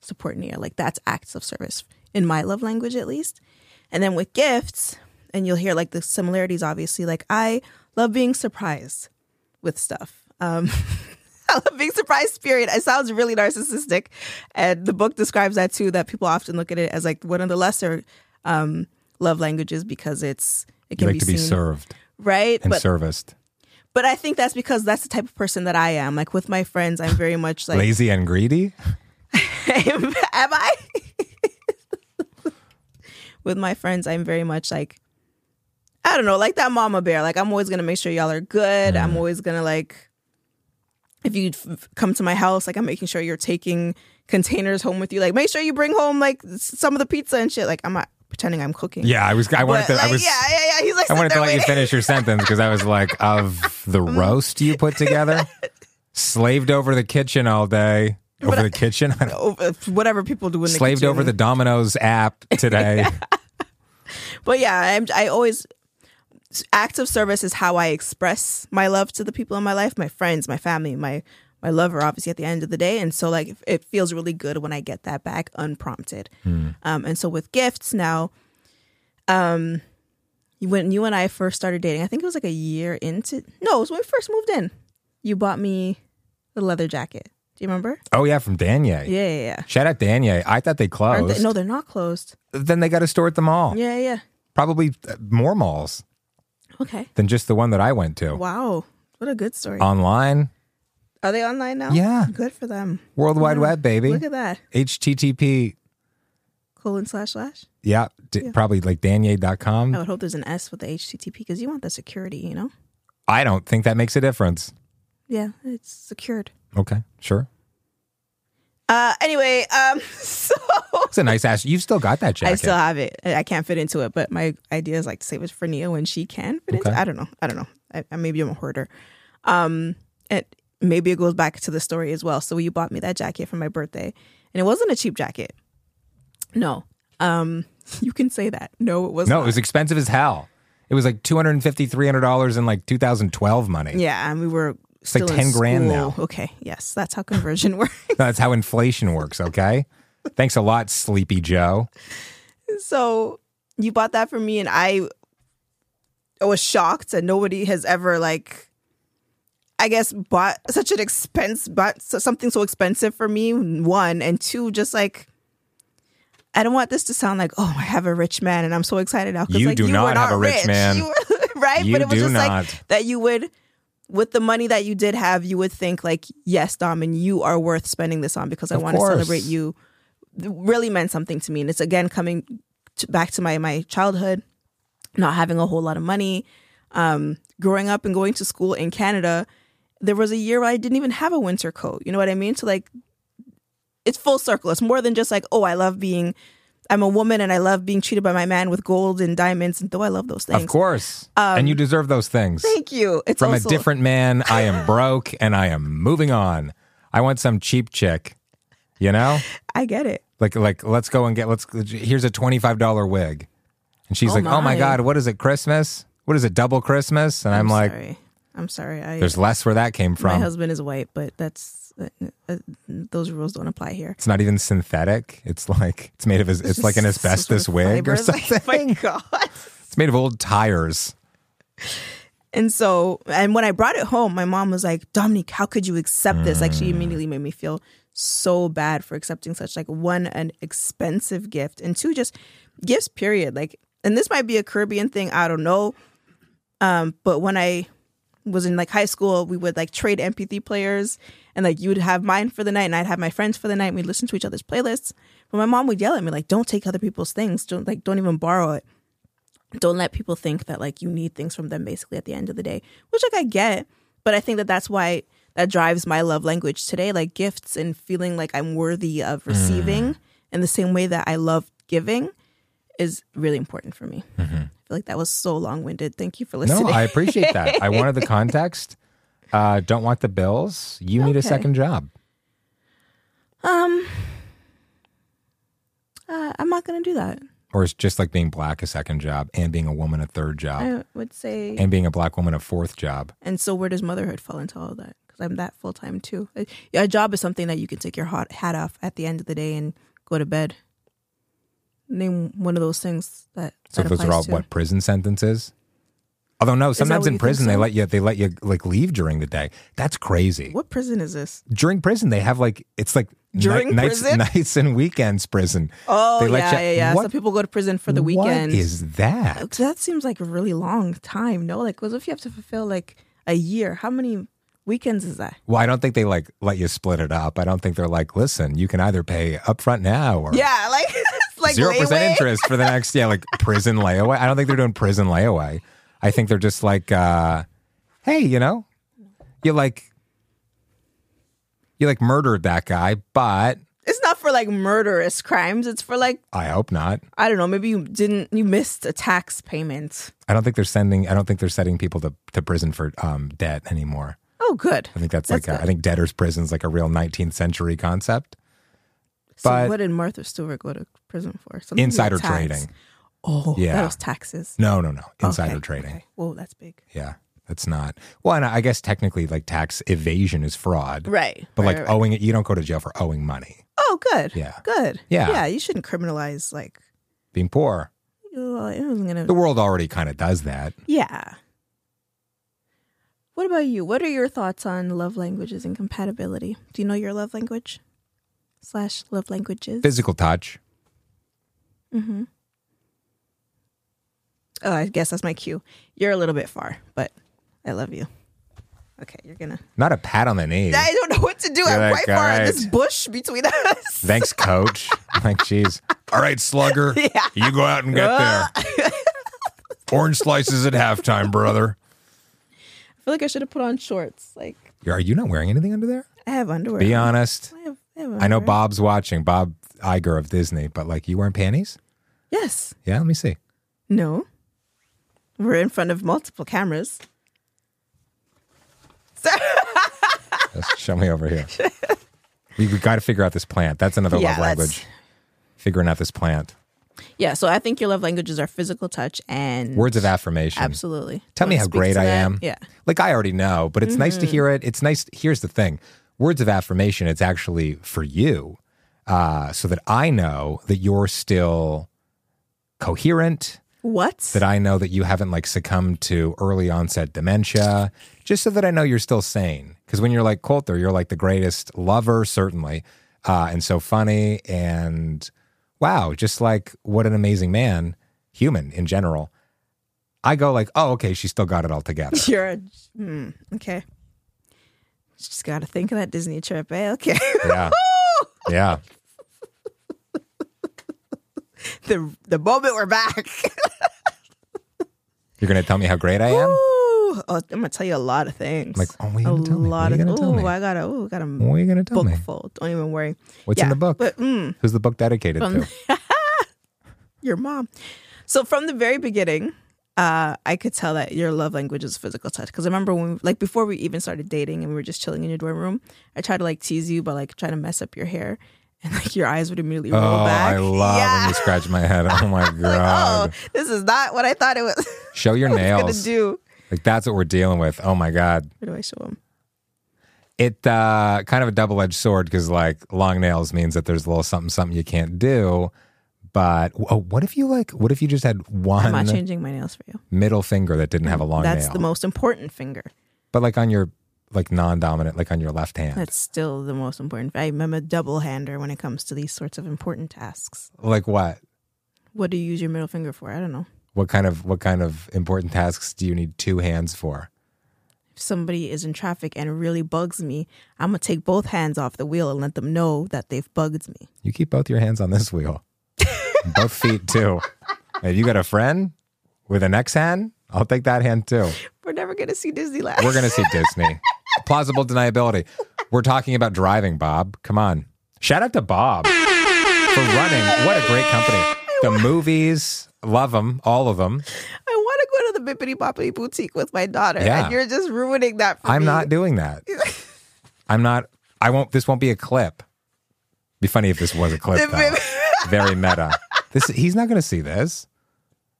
Speaker 2: support Nia. Like that's acts of service in my love language, at least. And then with gifts, and you'll hear like the similarities, obviously. Like I love being surprised with stuff. Um, I love being surprised, period. It sounds really narcissistic. And the book describes that too, that people often look at it as like one of the lesser um, love languages because it's, it can
Speaker 3: You like
Speaker 2: be
Speaker 3: to be
Speaker 2: seen-
Speaker 3: served
Speaker 2: right?
Speaker 3: and
Speaker 2: but
Speaker 3: serviced.
Speaker 2: but I think that's because that's the type of person that I am. Like with my friends, I'm very much like,
Speaker 3: Lazy and greedy?
Speaker 2: am, am I? with my friends, I'm very much like, I don't know, like that mama bear. Like I'm always gonna make sure y'all are good.
Speaker 3: Mm-hmm.
Speaker 2: I'm always gonna like, if you f- come to my house, like I'm making sure you're taking containers home with you. Like make sure you bring home like s- some of the pizza and shit. Like I'm not pretending I'm cooking.
Speaker 3: Yeah, I was I wanted
Speaker 2: But,
Speaker 3: to
Speaker 2: like,
Speaker 3: I was
Speaker 2: yeah, yeah, yeah. He's like,
Speaker 3: I wanted
Speaker 2: "Sit
Speaker 3: to
Speaker 2: there,
Speaker 3: let you
Speaker 2: wait."
Speaker 3: finish your sentence because I was like, of the roast you put together, slaved over the kitchen all day. Over the kitchen? I don't-
Speaker 2: Over- Whatever people do in the
Speaker 3: slaved
Speaker 2: kitchen.
Speaker 3: over the Domino's app today.
Speaker 2: But yeah, I'm, I always acts of service is how I express my love to the people in my life, my friends, my family, my my lover. Obviously, at the end of the day, and so like it feels really good when I get that back unprompted. Um, and so with gifts now, um, when you and I first started dating, I think it was like a year into no, it was when we first moved in. You bought me the leather jacket. Do you remember?
Speaker 3: Oh yeah, from
Speaker 2: Yeah,
Speaker 3: Danier.
Speaker 2: yeah, yeah.
Speaker 3: Shout out Danier. I thought they
Speaker 2: Aren't
Speaker 3: closed. Oh.
Speaker 2: they- no, they're not closed.
Speaker 3: Then they got a store at the mall.
Speaker 2: Yeah, yeah.
Speaker 3: Probably uh, more malls
Speaker 2: Okay.
Speaker 3: than just the one that I went to.
Speaker 2: Wow. What a good story.
Speaker 3: Online,
Speaker 2: Are they online now?
Speaker 3: Yeah.
Speaker 2: Good for them.
Speaker 3: World Wide Web, baby.
Speaker 2: Look at that.
Speaker 3: HTTP.
Speaker 2: Colon slash slash.
Speaker 3: Yeah, d- probably like Danier.com.
Speaker 2: I would hope there's an S with the HTTP because you want the security, you know?
Speaker 3: I don't think that makes a difference.
Speaker 2: Yeah, it's secured.
Speaker 3: Okay, sure.
Speaker 2: Uh, anyway, um, so
Speaker 3: It's a nice ass. You've still got that jacket.
Speaker 2: Oh. I still have it. I I can't fit into it, but my idea is like to save it for Nia when she can fit into
Speaker 3: Okay.
Speaker 2: it. I don't know. I don't know. I, I, maybe I'm a hoarder. Um, and maybe it goes back to the story as well. So you bought me that jacket for my birthday, and it wasn't a cheap jacket. No. Um, you can say that. No, it was
Speaker 3: no,
Speaker 2: not.
Speaker 3: it was expensive as hell. It was like $250, $300 in like 2012 money.
Speaker 2: Yeah, and we were
Speaker 3: like
Speaker 2: still in
Speaker 3: 10 grand
Speaker 2: school.
Speaker 3: now.
Speaker 2: Okay, yes, that's how conversion works.
Speaker 3: That's how inflation works, okay? Thanks a lot, Sleepy Joe.
Speaker 2: So you bought that for me, and I, I was shocked that nobody has ever like, I guess, bought such an expense, bought so- something so expensive for me. One and two, just like. I don't want this to sound like, oh, I have a rich man and I'm so excited now. 'cause,
Speaker 3: You
Speaker 2: like,
Speaker 3: do
Speaker 2: you
Speaker 3: not
Speaker 2: were
Speaker 3: have a rich man.
Speaker 2: You were- right?
Speaker 3: You
Speaker 2: but it was
Speaker 3: do
Speaker 2: just
Speaker 3: not.
Speaker 2: like that you would with the money that you did have, you would think like, yes, Dom, and you are worth spending this on because I
Speaker 3: Of
Speaker 2: want to
Speaker 3: course.
Speaker 2: celebrate you. It really meant something to me, and it's again coming to, back to my my childhood, not having a whole lot of money, um, growing up and going to school in Canada. There was a year where I didn't even have a winter coat. You know what I mean? So like, it's full circle. It's more than just like, oh, I love being. I'm a woman and I love being treated by my man with gold and diamonds, and though I love those things. Um,
Speaker 3: Of course. and you deserve those things.
Speaker 2: Thank you. It's
Speaker 3: From
Speaker 2: also-
Speaker 3: a different man, I am broke and I am moving on. I want some cheap chick. You know?
Speaker 2: I get it.
Speaker 3: Like like let's go and get let's here's a $25 wig. And she's
Speaker 2: Oh,
Speaker 3: like, "Oh my
Speaker 2: my.
Speaker 3: god, what is it? Christmas? What is it? Double Christmas?" And I'm, like,
Speaker 2: sorry. I'm sorry. I,
Speaker 3: there's less where that came
Speaker 2: my
Speaker 3: from.
Speaker 2: husband is white, but that's uh, uh, those rules don't apply here.
Speaker 3: It's not even synthetic. It's like it's made of it's, like an
Speaker 2: Just some
Speaker 3: asbestos
Speaker 2: sort of
Speaker 3: wig or
Speaker 2: fibers. oh my
Speaker 3: something.
Speaker 2: god!
Speaker 3: It's made of old tires.
Speaker 2: And so, and when I brought it home, my mom was like, "Dominique, how could you accept this?" Like she immediately made me feel so bad for accepting such like one an expensive gift and two just gifts. Period. Like, and this might be a Caribbean thing. I don't know. Um, but when I was in like high school, we would like trade MP3 players and like you would have mine for the night and I'd have my friends for the night and we'd listen to each other's playlists. But my mom would yell at me like, don't take other people's things. Don't like don't even borrow it. Don't let people think that like you need things from them basically at the end of the day, which like I get. But I think that that's why that drives my love language today, like gifts and feeling like I'm worthy
Speaker 3: Mm.
Speaker 2: of receiving in the same way that I love giving is really important for me. feel like that was so long winded. Thank you for listening.
Speaker 3: Mm-hmm. No, I appreciate that. I wanted the context. Uh, don't want the bills. You need a
Speaker 2: Okay.
Speaker 3: second job.
Speaker 2: um, uh, I'm not gonna do that.
Speaker 3: Or it's just like being black a second job and being a woman a third job
Speaker 2: I would say. And,
Speaker 3: and being a black woman a fourth job.
Speaker 2: so, where does motherhood fall into all of that? Because I'm that full time too. Uh, yeah, A job is something that you can take your hot hat off at the end of the day and go to bed. Name one of those things that.
Speaker 3: So
Speaker 2: that
Speaker 3: those are
Speaker 2: applies
Speaker 3: all
Speaker 2: to.
Speaker 3: what prison sentences? Although no,
Speaker 2: that
Speaker 3: sometimes
Speaker 2: what
Speaker 3: in
Speaker 2: you think
Speaker 3: prison they
Speaker 2: so?
Speaker 3: let you they let you like leave during the day. That's crazy.
Speaker 2: What prison is this?
Speaker 3: During prison they have like it's like ni-
Speaker 2: During
Speaker 3: nights
Speaker 2: prison?
Speaker 3: nights and weekends prison.
Speaker 2: Oh
Speaker 3: They let
Speaker 2: yeah,
Speaker 3: you-
Speaker 2: yeah, yeah.
Speaker 3: What,
Speaker 2: Some people go to prison for the weekend.
Speaker 3: What is that?
Speaker 2: that seems like a really long time. No, like, what if you have to fulfill like a year? How many weekends is that?
Speaker 3: Well, I don't think they like let you split it up. I don't think they're like, listen, you can either pay upfront now or
Speaker 2: Yeah, like it's like
Speaker 3: zero percent
Speaker 2: layaway.
Speaker 3: interest for the next yeah, like prison layaway. I don't think they're doing prison layaway. I think they're just like, uh, hey, you know, you like you like murdered that guy, but
Speaker 2: It's not for like murderous crimes. It's for like
Speaker 3: I hope not.
Speaker 2: I don't know. Maybe you didn't. You missed a tax payment.
Speaker 3: I don't think they're sending. I don't think they're sending people to, to prison for um, debt anymore.
Speaker 2: Oh, good.
Speaker 3: I think that's,
Speaker 2: That's
Speaker 3: like a,
Speaker 2: good.
Speaker 3: I think debtor's prison's like a real 19th century concept.
Speaker 2: so
Speaker 3: but-
Speaker 2: what did Martha Stewart go to prison for? Something to do with
Speaker 3: Insider
Speaker 2: tax.
Speaker 3: trading.
Speaker 2: Oh,
Speaker 3: Yeah.
Speaker 2: that was taxes.
Speaker 3: No, no, no. Insider
Speaker 2: Okay,
Speaker 3: trading.
Speaker 2: okay. Whoa, that's big.
Speaker 3: Yeah, that's not. Well, and I guess technically, like tax evasion is fraud,
Speaker 2: Right.
Speaker 3: But
Speaker 2: right,
Speaker 3: like
Speaker 2: right, right.
Speaker 3: owing it, you don't go to jail for owing money.
Speaker 2: oh, good.
Speaker 3: Yeah.
Speaker 2: Good.
Speaker 3: Yeah.
Speaker 2: Yeah. You shouldn't criminalize like.
Speaker 3: Being poor,
Speaker 2: oh, it wasn't gonna.
Speaker 3: the world already kind of does that.
Speaker 2: Yeah. What about you? What are your thoughts on love languages and compatibility? Do you know your love language? Slash love languages.
Speaker 3: Physical touch.
Speaker 2: oh, I guess that's my cue. You're a little bit far, but I love you. Okay, you're gonna.
Speaker 3: Not a pat on the knee.
Speaker 2: I don't know what to do.
Speaker 3: You're
Speaker 2: I'm
Speaker 3: like,
Speaker 2: right far in
Speaker 3: "All
Speaker 2: this
Speaker 3: right."
Speaker 2: bush between us.
Speaker 3: Thanks, coach. like, jeez. All right, slugger.
Speaker 2: Yeah.
Speaker 3: You go out and get there. Orange slices at halftime, brother.
Speaker 2: I feel like I should have put on shorts. Like
Speaker 3: Are you not wearing anything under there?
Speaker 2: I have underwear.
Speaker 3: Be
Speaker 2: on.
Speaker 3: honest.
Speaker 2: I, have, I, have
Speaker 3: I know
Speaker 2: underwear.
Speaker 3: Bob's watching, Bob Iger of Disney, but like, you wearing panties?
Speaker 2: Yes.
Speaker 3: Yeah, let me see.
Speaker 2: No. We're in front of multiple cameras.
Speaker 3: Just show me over here. We, we got to figure out this plant. That's another
Speaker 2: Yeah,
Speaker 3: love
Speaker 2: that's-
Speaker 3: language. Figuring out this plant.
Speaker 2: Yeah, so I think your love languages are physical touch and
Speaker 3: Words of affirmation.
Speaker 2: Absolutely.
Speaker 3: Tell me
Speaker 2: Wanna
Speaker 3: how
Speaker 2: speak
Speaker 3: great
Speaker 2: to
Speaker 3: I
Speaker 2: that?
Speaker 3: am.
Speaker 2: Yeah. Mm-hmm.
Speaker 3: Like I already know, but it's nice to hear it. It's nice. Here's the thing words of affirmation, it's actually for you uh, so that I know that you're still coherent,
Speaker 2: What?
Speaker 3: that I know that you haven't like succumbed to early onset dementia, just so that I know you're still sane. Because when you're like Coulter, you're like the greatest lover, certainly, uh, and so funny, and wow, just like what an amazing man, human in general. I go like, oh, okay, she still got it all together.
Speaker 2: You're a, hmm, okay. Just got to think of that Disney trip, eh? Okay.
Speaker 3: yeah, yeah.
Speaker 2: the the moment we're back.
Speaker 3: You're gonna tell me how great I am.
Speaker 2: Ooh, oh, I'm gonna tell you a lot of things.
Speaker 3: Like, oh, what you
Speaker 2: a
Speaker 3: gonna tell me?
Speaker 2: lot
Speaker 3: What you
Speaker 2: of.
Speaker 3: gonna tell
Speaker 2: ooh,
Speaker 3: me?
Speaker 2: I got a. Ooh, got a
Speaker 3: What are you gonna tell
Speaker 2: book
Speaker 3: me?
Speaker 2: full. Don't even worry.
Speaker 3: What's in
Speaker 2: Yeah,
Speaker 3: the book?
Speaker 2: But mm,
Speaker 3: Who's the book dedicated to?
Speaker 2: your mom. So from the very beginning, uh, I could tell that your love language is physical touch. Because I remember when, like, before we even started dating and we were just chilling in your dorm room, I tried to like tease you by like trying to mess up your hair, and like your eyes would immediately roll
Speaker 3: Oh,
Speaker 2: back.
Speaker 3: I love when
Speaker 2: yeah.
Speaker 3: you scratch my head. Oh my god!
Speaker 2: Oh, this is not what I thought it was
Speaker 3: Show your
Speaker 2: gonna
Speaker 3: nails.
Speaker 2: do.
Speaker 3: Like that's what we're dealing with. Oh my god.
Speaker 2: What do I show him?
Speaker 3: It uh kind of a double-edged sword because like long nails means that there's a little something something you can't do. But oh, what if you like what if you just had
Speaker 2: I'm not
Speaker 3: one
Speaker 2: changing my nails for you.
Speaker 3: middle finger that didn't have a long
Speaker 2: That's
Speaker 3: nail?
Speaker 2: the most important finger.
Speaker 3: but like on your like non-dominant, like on your left hand.
Speaker 2: That's still the most important. I'm I'm a double hander when it comes to these sorts of important tasks.
Speaker 3: like what?
Speaker 2: What do you use your middle finger for? I don't know.
Speaker 3: What kind of what kind of important tasks do you need two hands for?
Speaker 2: if somebody is in traffic and really bugs me, I'm gonna take both hands off the wheel and let them know that they've bugged me.
Speaker 3: You keep both your hands on this wheel. both feet too. If you got a friend with an X hand, I'll take that hand too.
Speaker 2: We're never gonna see Disneyland.
Speaker 3: We're going to see Disney. Plausible deniability. We're talking about driving, Bob. Come on. Shout out to Bob for running. What a great company. The movies. Love them, all of them.
Speaker 2: I want to go to the Bippity Boppity Boutique with my daughter,
Speaker 3: Yeah.
Speaker 2: and you're just ruining that for
Speaker 3: I'm
Speaker 2: me.
Speaker 3: not doing that. I'm not. I won't. This won't be a clip. Be funny if this was a clip.
Speaker 2: The
Speaker 3: though.
Speaker 2: bib-
Speaker 3: Very meta. This he's not going to see this,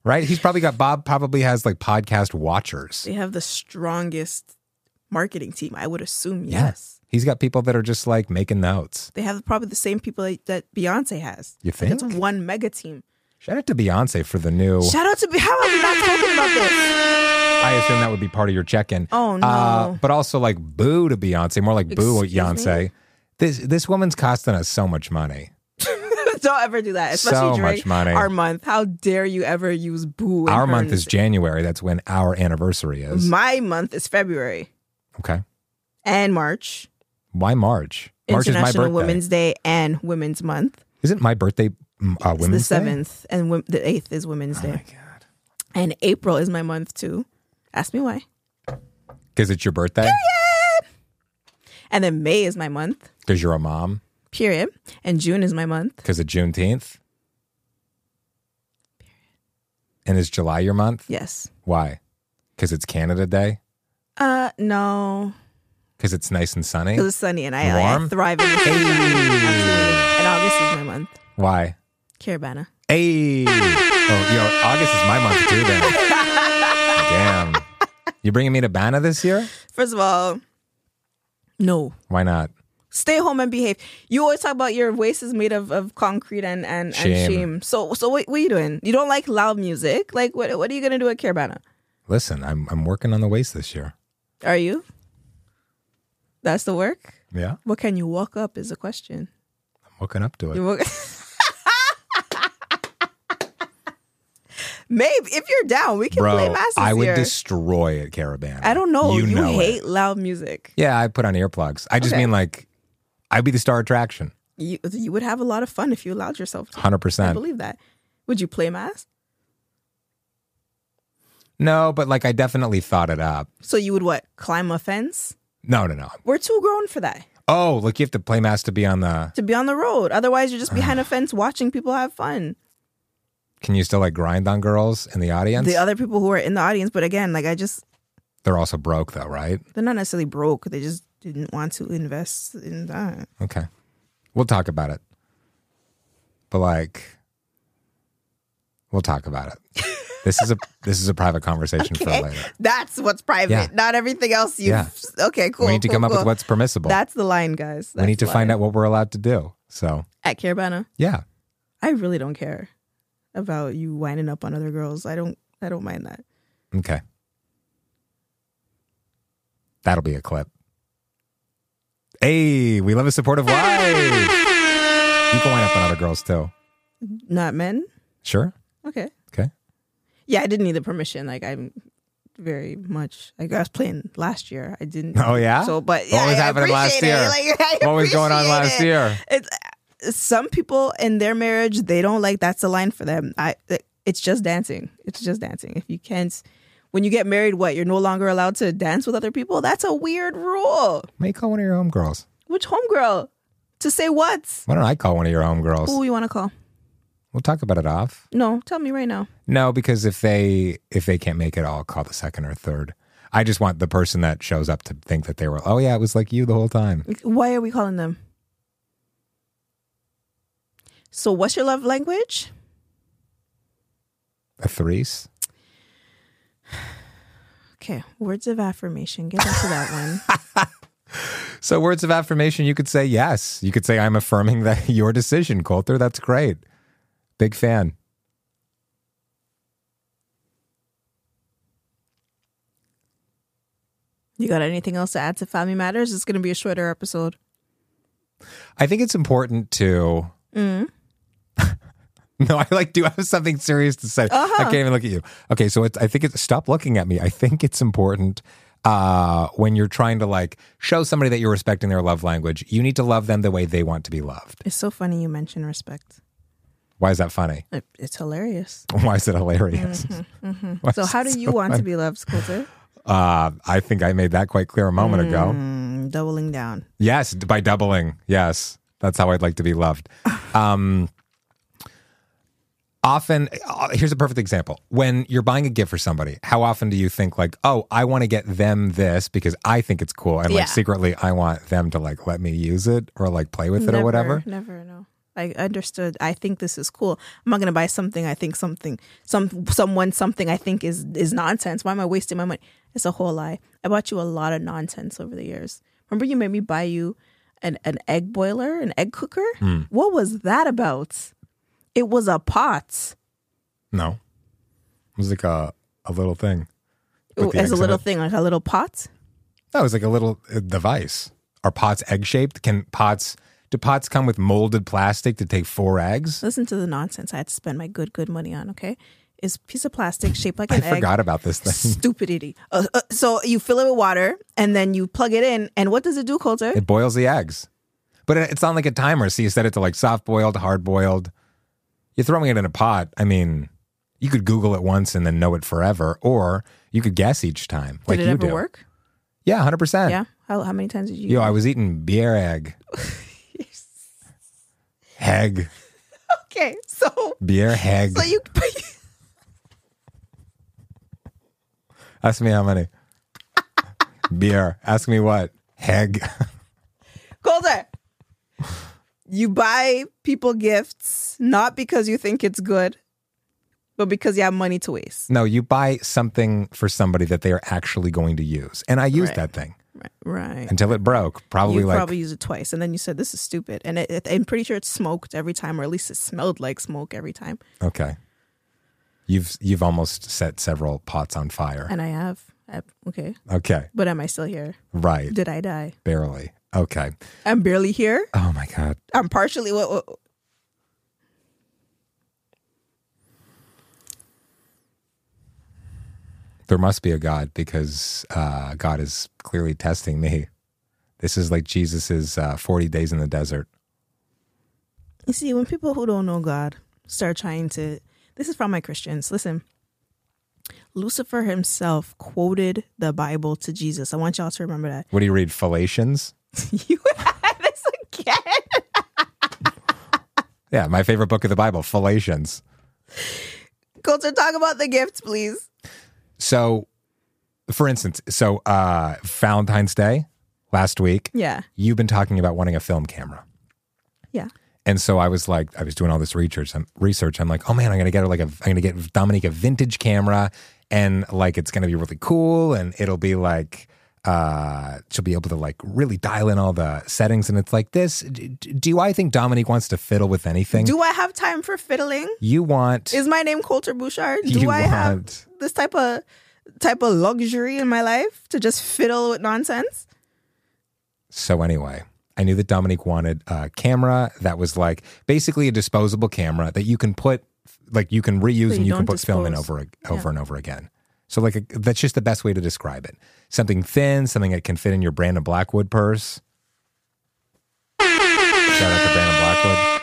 Speaker 3: right? He's probably got Bob. Probably has like podcast watchers.
Speaker 2: They have the strongest marketing team, I would assume. Yes,
Speaker 3: He's got people that are just like making notes.
Speaker 2: they have probably the same people that- that Beyonce has.
Speaker 3: You
Speaker 2: Like,
Speaker 3: think?
Speaker 2: it's one mega team.
Speaker 3: Shout out to Beyonce for the new.
Speaker 2: Shout out to Be- how are we not talking about this?
Speaker 3: I assume that would be part of your check-in. Uh,
Speaker 2: Oh, no.
Speaker 3: but also like boo to Beyonce, more like boo
Speaker 2: Excuse
Speaker 3: Beyonce. This this woman's costing us so much money.
Speaker 2: Don't ever do that,
Speaker 3: So
Speaker 2: especially during
Speaker 3: much money.
Speaker 2: our month. How dare you ever use boo? in
Speaker 3: Our
Speaker 2: her
Speaker 3: month is
Speaker 2: name.
Speaker 3: January. That's when our anniversary is.
Speaker 2: my month is February
Speaker 3: okay.
Speaker 2: and March.
Speaker 3: Why March? March is my
Speaker 2: International
Speaker 3: birthday.
Speaker 2: Women's Day and Women's Month.
Speaker 3: Isn't my birthday mm, uh,
Speaker 2: It's the
Speaker 3: Women's Day? Oh
Speaker 2: seventh, and wom- the eighth is Women's Day. And April is my month too. Ask me why.
Speaker 3: Because it's your birthday?
Speaker 2: And then May is my month.
Speaker 3: Because you're a mom?
Speaker 2: Period. And June is my month.
Speaker 3: Because of Juneteenth? And is July your month?
Speaker 2: Yes.
Speaker 3: Why? Because it's Canada Day?
Speaker 2: Uh no,
Speaker 3: Because it's nice and sunny?
Speaker 2: because it's sunny and I, like, I
Speaker 3: Warm?
Speaker 2: thrive in the sun. Absolutely. And August is my month.
Speaker 3: Why?
Speaker 2: Caravana.
Speaker 3: Hey! Oh, yo, August is my month too then. Damn. You bringing me to Bana this year?
Speaker 2: First of all, no.
Speaker 3: Why not?
Speaker 2: Stay home and behave. You always talk about your waist is made of, of concrete and and shame.
Speaker 3: Shame.
Speaker 2: and shame. So so what, what are you doing? You don't like loud music. Like what what are you gonna do at Caravana?
Speaker 3: Listen, I'm, I'm working on the waist this year.
Speaker 2: Are you? That's the work.
Speaker 3: Yeah?
Speaker 2: What can you walk up is a question.
Speaker 3: I'm looking up to it.
Speaker 2: You walk- Maybe if you're down, we can play
Speaker 3: Bro,
Speaker 2: masses
Speaker 3: I would
Speaker 2: here.
Speaker 3: destroy it, Caravan.
Speaker 2: I don't know. You,
Speaker 3: know it.
Speaker 2: hate loud music.
Speaker 3: Yeah, I put on earplugs. I just
Speaker 2: Okay.
Speaker 3: mean like I'd be the star attraction,
Speaker 2: You you would have a lot of fun if you allowed yourself. to. I
Speaker 3: hundred percent.
Speaker 2: believe that. Would you play mass?
Speaker 3: No, but like I definitely thought it up.
Speaker 2: So you would what? Climb a fence?
Speaker 3: No, no, no.
Speaker 2: We're too grown for that
Speaker 3: Oh, like you have to play mass to be on the.
Speaker 2: to be on the road. Otherwise, you're just behind a fence watching people have fun.
Speaker 3: Can you still like grind on girls in the audience?
Speaker 2: The other people who are in the audience, but again, like I just
Speaker 3: They're also broke though, right?
Speaker 2: they're not necessarily broke. They just didn't want to invest in that.
Speaker 3: Okay, we'll talk about it. But like, we'll talk about it. this is a this is a private conversation
Speaker 2: Okay.
Speaker 3: for later.
Speaker 2: That's what's private,
Speaker 3: Yeah.
Speaker 2: not everything else. You
Speaker 3: Yeah.
Speaker 2: have okay? Cool.
Speaker 3: we need to
Speaker 2: cool,
Speaker 3: come up
Speaker 2: cool.
Speaker 3: with what's permissible.
Speaker 2: That's the line, guys.
Speaker 3: we need to find out
Speaker 2: what
Speaker 3: what we're allowed to do. So
Speaker 2: at Caravana.
Speaker 3: yeah,
Speaker 2: I really don't care about you winding up on other girls. I don't. I don't mind that.
Speaker 3: Okay. That'll be a clip. Hey, we love a supportive wife. You can wind up on other girls too.
Speaker 2: Not men.
Speaker 3: Sure.
Speaker 2: Okay.
Speaker 3: Okay.
Speaker 2: Yeah, I didn't need the permission. Like I'm very much. Like I was playing last year. I didn't.
Speaker 3: Oh, yeah?
Speaker 2: So, but
Speaker 3: What
Speaker 2: yeah,
Speaker 3: was
Speaker 2: I
Speaker 3: happening last
Speaker 2: appreciate it.
Speaker 3: year?
Speaker 2: Like, I
Speaker 3: What was going on
Speaker 2: appreciate
Speaker 3: last
Speaker 2: it.
Speaker 3: year?
Speaker 2: It's some people in their marriage. They don't like that's the line for them. I. It's just dancing. It's just dancing. If you can't. When you get married, what you're no longer allowed to dance with other people? That's a weird rule.
Speaker 3: May call one of your homegirls.
Speaker 2: Which homegirl? To say what?
Speaker 3: Why don't I call one of your homegirls?
Speaker 2: Who you want to call?
Speaker 3: We'll talk about it off.
Speaker 2: No, tell me right now.
Speaker 3: No, because if they if they can't make it, I'll call the second or third. I just want the person that shows up to think that they were. Oh yeah, it was like you the whole time.
Speaker 2: Why are we calling them? So, what's your love language?
Speaker 3: A threes.
Speaker 2: Okay, words of affirmation. Get into that one.
Speaker 3: So, words of affirmation, you could say yes. You could say, I'm affirming that your decision, Coulter. That's great. Big fan.
Speaker 2: You got anything else to add to Family Matters? It's going to be a shorter episode.
Speaker 3: I think it's important to. no, I like do have something serious to say. I can't even look at you. Okay, so it's, I think it's stop looking at me. I think it's important uh, when you're trying to like show somebody that you're respecting their love language. You need to love them the way they want to be loved.
Speaker 2: It's so funny you mention respect.
Speaker 3: Why is that funny?
Speaker 2: It- It's hilarious.
Speaker 3: Why is it hilarious? Why
Speaker 2: So,
Speaker 3: is
Speaker 2: how
Speaker 3: it
Speaker 2: do you want to be loved, Coulter?
Speaker 3: Uh, I think I made that quite clear a moment ago.
Speaker 2: Mm, doubling down.
Speaker 3: Yes, d- by doubling. Yes, that's how I'd like to be loved. Um, often uh, here's a perfect example when you're buying a gift for somebody how often do you think like oh i want to get them this because i think it's cool and
Speaker 2: Yeah.
Speaker 3: like secretly i want them to like let me use it or like play with it
Speaker 2: never,
Speaker 3: or whatever
Speaker 2: Never no. I understood. I think this is cool. I'm not gonna buy something. I think something, some someone something I think is is nonsense. Why am I wasting my money? It's a whole lie. I bought you a lot of nonsense over the years. Remember, you made me buy you an an egg boiler, an egg cooker.
Speaker 3: Hmm.
Speaker 2: What was that about? It was a pot.
Speaker 3: no it was like a, a little thing
Speaker 2: Ooh,
Speaker 3: the
Speaker 2: as a
Speaker 3: eggs in
Speaker 2: little
Speaker 3: it?
Speaker 2: thing, like a little pot.
Speaker 3: no it was like a little uh, device are pots egg shaped can pots do pots come with molded plastic to take four eggs
Speaker 2: Listen to the nonsense I had to spend my good good money on. Okay, is piece of plastic shaped like an
Speaker 3: i
Speaker 2: egg.
Speaker 3: forgot about this thing
Speaker 2: stupidity. Uh, uh, so you fill it with water and then you plug it in. And what does it do, Coulter?
Speaker 3: It boils the eggs. But it- it's on like a timer. So you set it to like soft boiled, hard boiled. You're throwing it in a pot. I mean, you could Google it once and then know it forever, or you could guess each time.
Speaker 2: Did
Speaker 3: like
Speaker 2: it
Speaker 3: you
Speaker 2: ever
Speaker 3: do.
Speaker 2: work?
Speaker 3: Yeah, 100%.
Speaker 2: Yeah. How, how many times did you?
Speaker 3: Yo, I was eating beer egg. Heg.
Speaker 2: okay, so
Speaker 3: Beer heg.
Speaker 2: so you
Speaker 3: Ask me how many. beer. Ask me what. Heg.
Speaker 2: Coulter, you buy people gifts not because you think it's good, but because you have money to waste.
Speaker 3: no, you buy something for somebody that they are actually going to use. And I used
Speaker 2: Right.
Speaker 3: that thing
Speaker 2: Right. Right.
Speaker 3: until it broke. Probably
Speaker 2: you
Speaker 3: like
Speaker 2: probably used it twice, and then you said this is stupid, and it, it- I'm pretty sure it smoked every time, or at least it smelled like smoke every time.
Speaker 3: Okay. You've you've almost set several pots on fire.
Speaker 2: And I have, I, okay,
Speaker 3: Okay.
Speaker 2: but am I still here?
Speaker 3: Right.
Speaker 2: Did I die?
Speaker 3: Barely. Okay.
Speaker 2: I'm barely here.
Speaker 3: Oh my god.
Speaker 2: I'm partially what, what
Speaker 3: There must be a God because uh, God is clearly testing me. This is like Jesus's uh, forty days in the desert.
Speaker 2: you see when people who don't know God start trying to this is from my Christians. Listen. Lucifer himself quoted the Bible to Jesus. I want y'all to remember that.
Speaker 3: What do you read? Phalations?
Speaker 2: you had this again.
Speaker 3: Yeah, my favorite book of the Bible, Phalations.
Speaker 2: Coulter, talk about the gifts, please.
Speaker 3: So, for instance, so uh, Valentine's Day last week,
Speaker 2: Yeah.
Speaker 3: you've been talking about wanting a film camera.
Speaker 2: Yeah.
Speaker 3: And so I was like, I was doing all this research. I'm, research. I'm like, oh man, I'm gonna get her like a, I'm gonna get Dominique a vintage camera, and like it's gonna be really cool, and it'll be like, uh, she'll be able to like really dial in all the settings, and it's like this. d- d- Do I think Dominique wants to fiddle with anything?
Speaker 2: Do I have time for fiddling?
Speaker 3: you want?
Speaker 2: Is my name Coulter Bouchard? Do
Speaker 3: You
Speaker 2: I
Speaker 3: want-
Speaker 2: have this type of type of luxury in my life to just fiddle with nonsense?
Speaker 3: So anyway, I knew that Dominique wanted a camera that was like basically a disposable camera that you can put, like you can reuse
Speaker 2: That
Speaker 3: and
Speaker 2: you
Speaker 3: you can
Speaker 2: don't
Speaker 3: put film in
Speaker 2: dispose.
Speaker 3: over over and over again. So like a, that's just the best way to describe it. Something thin, something that can fit in your Brandon Blackwood purse. Shout out to Brandon Blackwood.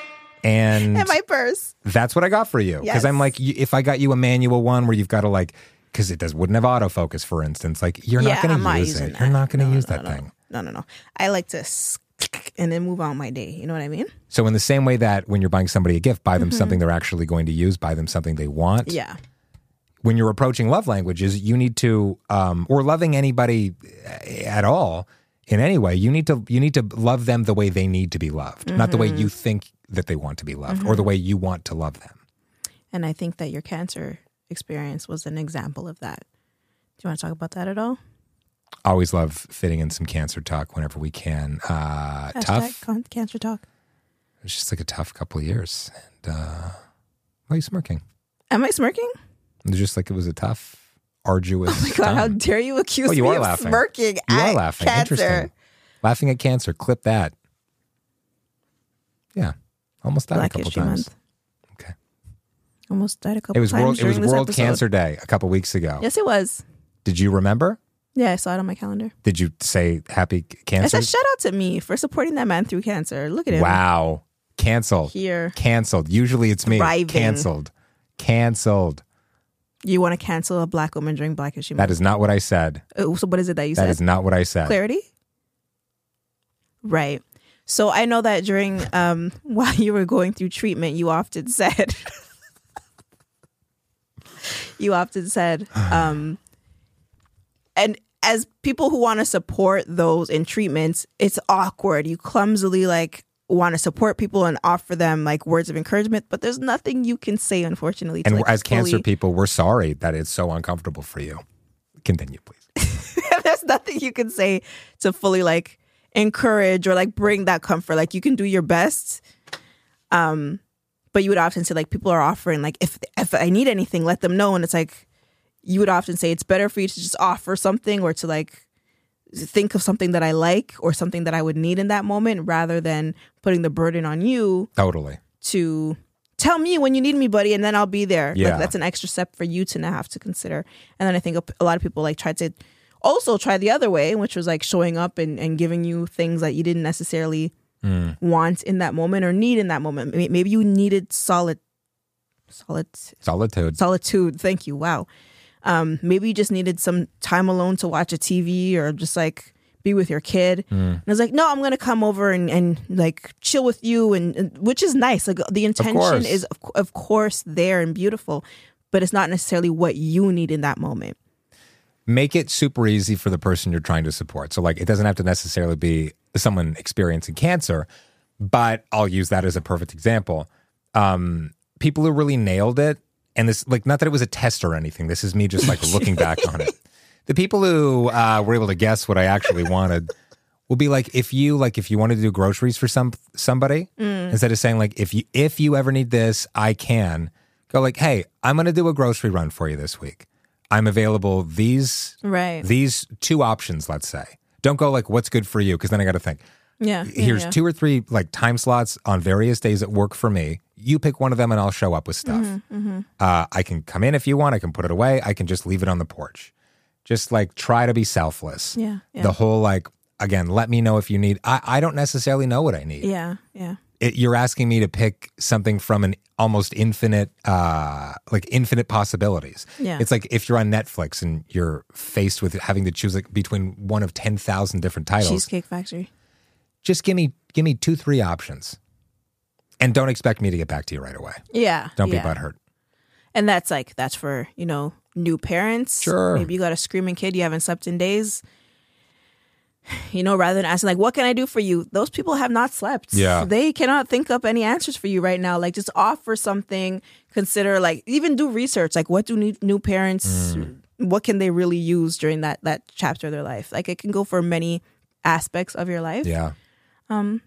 Speaker 3: And
Speaker 2: In my purse.
Speaker 3: that's what I got for you. Because
Speaker 2: Yes.
Speaker 3: I'm like, y- if I got you a manual one where you've got to like, because it does wouldn't have autofocus, for instance. Like you're
Speaker 2: Yeah,
Speaker 3: not going
Speaker 2: I'm not
Speaker 3: to use
Speaker 2: using
Speaker 3: it. You're not going to use that
Speaker 2: no,
Speaker 3: thing.
Speaker 2: No, no, no. I like to s- and then move on my day. You know what I mean?
Speaker 3: So in the same way that when you're buying somebody a gift, buy them something they're actually going to use, buy them something they want.
Speaker 2: Mm-hmm. Yeah.
Speaker 3: When you're approaching love languages, you need to, um, or loving anybody eh, at all in any way, you need to you need to love them the way they need to be loved, not the
Speaker 2: Mm-hmm.
Speaker 3: way you think that they want to be loved, or the way you want to love them.
Speaker 2: And I think that your cancer experience was an example of that. Do you want to talk about that at all?
Speaker 3: Always love fitting in some cancer talk whenever we can. Uh,
Speaker 2: Hashtag
Speaker 3: tough.
Speaker 2: con- cancer talk.
Speaker 3: It's just like a tough couple of years. And uh, why are you smirking?
Speaker 2: Am I smirking?
Speaker 3: It's just like it was a tough, arduous.
Speaker 2: Oh my God, how
Speaker 3: time.
Speaker 2: dare you accuse
Speaker 3: Oh, you
Speaker 2: me
Speaker 3: are
Speaker 2: of
Speaker 3: laughing.
Speaker 2: smirking
Speaker 3: You
Speaker 2: at
Speaker 3: are laughing.
Speaker 2: cancer?
Speaker 3: Interesting. Laughing at cancer. Clip that. Yeah, almost died
Speaker 2: Black
Speaker 3: a couple
Speaker 2: History
Speaker 3: times.
Speaker 2: Month.
Speaker 3: Okay.
Speaker 2: Almost died a couple
Speaker 3: It was
Speaker 2: times
Speaker 3: world. It was
Speaker 2: during this
Speaker 3: World
Speaker 2: episode.
Speaker 3: Cancer Day a couple weeks ago.
Speaker 2: Yes, it was.
Speaker 3: Did you remember?
Speaker 2: Yeah, I saw it on my calendar.
Speaker 3: Did you say Happy c-
Speaker 2: I
Speaker 3: Cancer?
Speaker 2: said, shout out to me for supporting that man through cancer. Look at him.
Speaker 3: wow. Canceled.
Speaker 2: Here.
Speaker 3: Canceled. Usually it's me.
Speaker 2: Thriving.
Speaker 3: Canceled. Canceled.
Speaker 2: You want to cancel a black woman during Black History
Speaker 3: That
Speaker 2: Month?
Speaker 3: is not what I said.
Speaker 2: Uh, so what is it that you
Speaker 3: That
Speaker 2: said?
Speaker 3: is not what I said.
Speaker 2: clarity right so i know that during um while you were going through treatment you often said you often said. Um, and as people who want to support those in treatments, it's awkward. You clumsily like want to support people and offer them like words of encouragement, but there's nothing you can say, unfortunately. to,
Speaker 3: And
Speaker 2: like,
Speaker 3: as cancer
Speaker 2: fully-
Speaker 3: people, we're sorry that it's so uncomfortable for you. Continue, please.
Speaker 2: there's nothing you can say to fully like encourage or like bring that comfort. Like you can do your best. Um, but you would often say like people are offering like if if I need anything, let them know. And it's like you would often say it's better for you to just offer something or to like think of something that I like or something that I would need in that moment rather than putting the burden on you
Speaker 3: Totally.
Speaker 2: to tell me when you need me, buddy, and then I'll be there.
Speaker 3: Yeah.
Speaker 2: Like that's an extra step for you to not have to consider. And then I think a, a lot of people like tried to also try the other way, which was like showing up and, and giving you things that you didn't necessarily want in that moment or need in that moment. May- Maybe you needed solid, solid
Speaker 3: Solitude.
Speaker 2: solitude. Thank you. Wow. Um, maybe you just needed some time alone to watch a TV or just like be with your kid.
Speaker 3: Mm.
Speaker 2: And I was like, no, I'm gonna come over and, and like chill with you, and, and- which is nice. Like the intention
Speaker 3: course.
Speaker 2: is of, c- of course there and beautiful, but it's not necessarily what you need in that moment.
Speaker 3: Make it super easy for the person you're trying to support. So, like, it doesn't have to necessarily be someone experiencing cancer, but I'll use that as a perfect example. Um, people who really nailed it, and this, like, not that it was a test or anything. This is me just like looking back on it. The people who uh, were able to guess what I actually wanted will be like if you like if you wanted to do groceries for some somebody instead of saying like if you if you ever need this I can go like hey I'm going to do a grocery run for you this week I'm available these
Speaker 2: Right.
Speaker 3: these two options let's say don't go like what's good for you because then I got to think
Speaker 2: Yeah.
Speaker 3: here's two or three like time slots on various days that work for me you pick one of them and I'll show up with stuff
Speaker 2: Mm-hmm,
Speaker 3: Uh, I can come in if you want I can put it away I can just leave it on the porch just like try to be selfless
Speaker 2: Yeah, yeah.
Speaker 3: the whole like again let me know if you need i, I don't necessarily know what i need
Speaker 2: Yeah. Yeah.
Speaker 3: it, you're asking me to pick something from an almost infinite uh like infinite possibilities
Speaker 2: Yeah.
Speaker 3: it's like if you're on netflix and you're faced with having to choose like between one of 10000 different titles
Speaker 2: Cheesecake Factory.
Speaker 3: just give me give me two three options and don't expect me to get back to you right away
Speaker 2: Yeah.
Speaker 3: don't
Speaker 2: yeah.
Speaker 3: be butthurt
Speaker 2: And that's like that's for you know new parents.
Speaker 3: Sure.
Speaker 2: Maybe you got a screaming kid you haven't slept in days. You know, rather than asking like, "What can I do for you?" Those people have not slept.
Speaker 3: Yeah.
Speaker 2: they cannot think up any answers for you right now. Like, just offer something. Consider like even do research. Like, what do new, new parents?
Speaker 3: Mm.
Speaker 2: What can they really use during that that chapter of their life? Like, it can go for many aspects of your life.
Speaker 3: yeah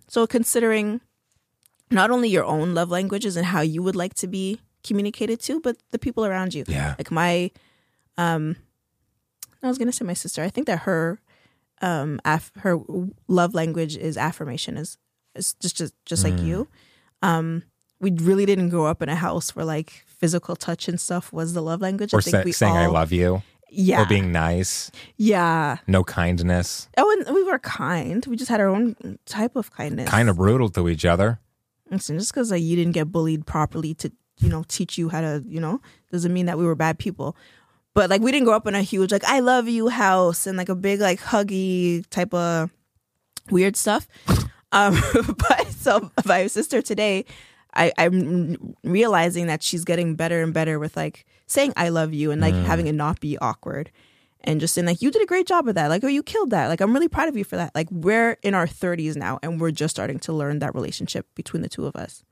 Speaker 2: So considering not only your own love languages and how you would like to be communicated to, but the people around you.
Speaker 3: Yeah.
Speaker 2: Like my um I was gonna say my sister. I think that her um aff- her love language is affirmation is is just just, just
Speaker 3: Mm.
Speaker 2: like you. Um we really didn't grow up in a house where like physical touch and stuff was the love language.
Speaker 3: or sa- saying i
Speaker 2: all-
Speaker 3: love you
Speaker 2: yeah,
Speaker 3: or being nice
Speaker 2: yeah.
Speaker 3: no kindness
Speaker 2: Oh, and we were kind. We just had our own type of kindness.
Speaker 3: kind of brutal to each other
Speaker 2: Listen, just because like you didn't get bullied properly to you know teach you how to you know doesn't mean that we were bad people. But like we didn't grow up in a huge like I love you house and like a big like huggy type of weird stuff. um, but so my sister today, I, I'm realizing that she's getting better and better with like saying I love you and like having it not be awkward. And just saying like you did a great job of that, like oh you killed that, like I'm really proud of you for that. Like we're in our 30s now, and we're just starting to learn that relationship between the two of us.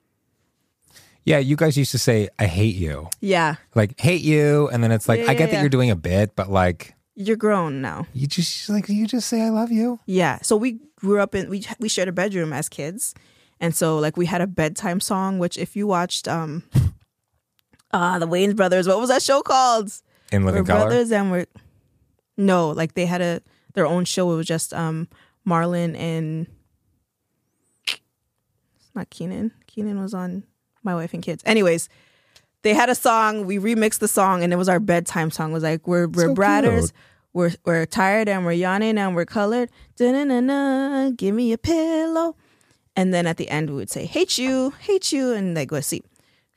Speaker 3: yeah you guys used to say i hate you
Speaker 2: Yeah,
Speaker 3: like hate you and then it's like
Speaker 2: Yeah,
Speaker 3: i
Speaker 2: yeah,
Speaker 3: get that
Speaker 2: yeah.
Speaker 3: you're doing a bit but like
Speaker 2: you're grown now.
Speaker 3: you just like you just say i love you
Speaker 2: Yeah. So we grew up in we we shared a bedroom as kids, and so like we had a bedtime song. Which if you watched um, ah the Wayne's Brothers, what was that show called?
Speaker 3: in living
Speaker 2: we're
Speaker 3: color
Speaker 2: brothers and we're no like they had a their own show. It was just um Marlon and it's not Keenan. Keenan was on My Wife and Kids. Anyways. They had a song. We remixed the song, and it was our bedtime song. It was like we're we're
Speaker 3: So
Speaker 2: bratters,
Speaker 3: cute.
Speaker 2: we're we're tired and we're yawning and we're colored. Da-na-na-na, give me a pillow. And then at the end, we would say, hate you, hate you, and like go to sleep.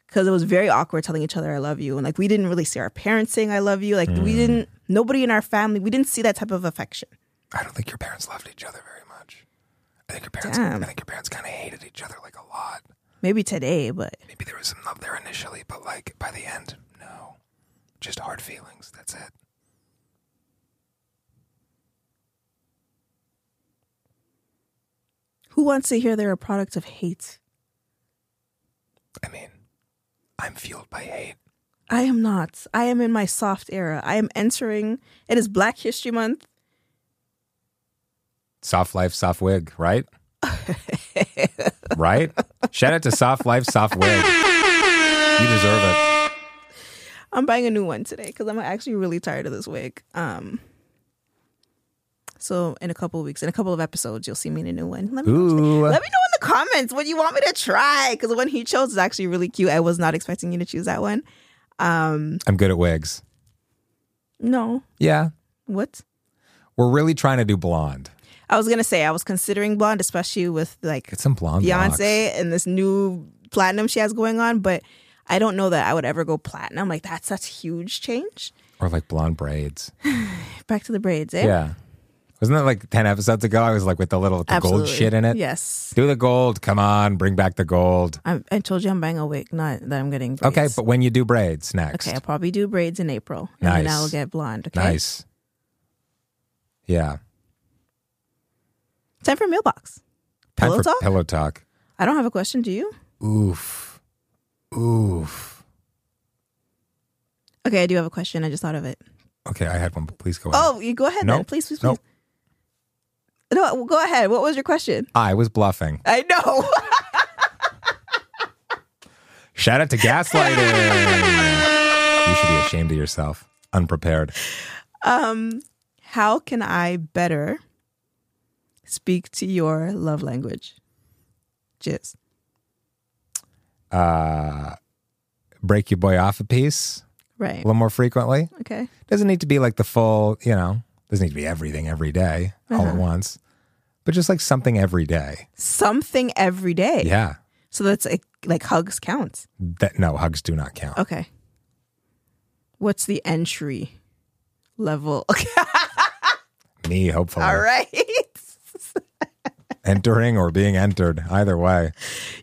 Speaker 2: Because it was very awkward telling each other, I love you. And like, we didn't really see our parents saying, I love you. Like,
Speaker 3: Mm.
Speaker 2: we didn't, nobody in our family, we didn't see that type of affection.
Speaker 3: i don't think your parents loved each other very much i think your parents
Speaker 2: Damn.
Speaker 3: i think your parents kind of hated each other like a lot
Speaker 2: Maybe today, but
Speaker 3: maybe there was some love there initially but like by the end no just hard feelings. That's it.
Speaker 2: Who wants to hear they're a product of hate?
Speaker 3: I mean, I'm fueled by hate.
Speaker 2: I am not. I am in my soft era. I am entering. It is Black History Month.
Speaker 3: Soft life, soft wig, right? right? Shout out to Soft Life, Soft Wig. You deserve it.
Speaker 2: I'm buying a new one today because I'm actually really tired of this wig. Um. So in a couple of weeks, in a couple of episodes, you'll see me in a new one. Let me,
Speaker 3: Ooh.
Speaker 2: let me know in the comments what you want me to try because the one he chose is actually really cute. I was not expecting you to choose that one.
Speaker 3: I'm good at wigs.
Speaker 2: No,
Speaker 3: Yeah.
Speaker 2: what?
Speaker 3: We're really trying to do blonde.
Speaker 2: I was gonna say I was considering blonde, especially with like
Speaker 3: Get some blonde. locks.
Speaker 2: Beyonce and this new platinum she has going on, but I don't know that I would ever go platinum. Like that's such huge change.
Speaker 3: Or like blonde braids.
Speaker 2: Back to the braids, eh?
Speaker 3: Yeah. Wasn't that like 10 episodes ago? I was like with the little the gold
Speaker 2: Absolutely.
Speaker 3: shit in it.
Speaker 2: Yes.
Speaker 3: Do the gold. Come on. Bring back the gold.
Speaker 2: I, I told you I'm buying a wig, not that I'm getting braids.
Speaker 3: Okay. But when you do braids next.
Speaker 2: okay, I'll probably do braids in April, and then
Speaker 3: Nice.
Speaker 2: I'll get blonde. Okay,
Speaker 3: Nice. Yeah.
Speaker 2: Time for mailbox.
Speaker 3: Time
Speaker 2: Pillow
Speaker 3: for
Speaker 2: talk?
Speaker 3: pillow talk.
Speaker 2: I don't have a question. Do you?
Speaker 3: Oof. Oof.
Speaker 2: Okay, I do have a question. I just thought of it.
Speaker 3: Okay, I had one, but please go ahead.
Speaker 2: Oh, you go ahead
Speaker 3: No.
Speaker 2: then. Please, please, please.
Speaker 3: No.
Speaker 2: No, go ahead. What was your question?
Speaker 3: I was bluffing.
Speaker 2: I know.
Speaker 3: Shout out to gaslighting. you should be ashamed of yourself. Unprepared.
Speaker 2: How can I better speak to your love language? Jizz.
Speaker 3: Break your boy off a piece a
Speaker 2: Right.
Speaker 3: little more frequently.
Speaker 2: Okay.
Speaker 3: Doesn't need to be like the full, you know, doesn't need to be everything every day, all
Speaker 2: Uh-huh.
Speaker 3: at once, but just like something every day.
Speaker 2: Something every day.
Speaker 3: Yeah.
Speaker 2: So that's like, like hugs count.
Speaker 3: That no hugs do not count.
Speaker 2: Okay. What's the entry level? Okay.
Speaker 3: Me, hopefully,
Speaker 2: All right.
Speaker 3: entering or being entered, either way.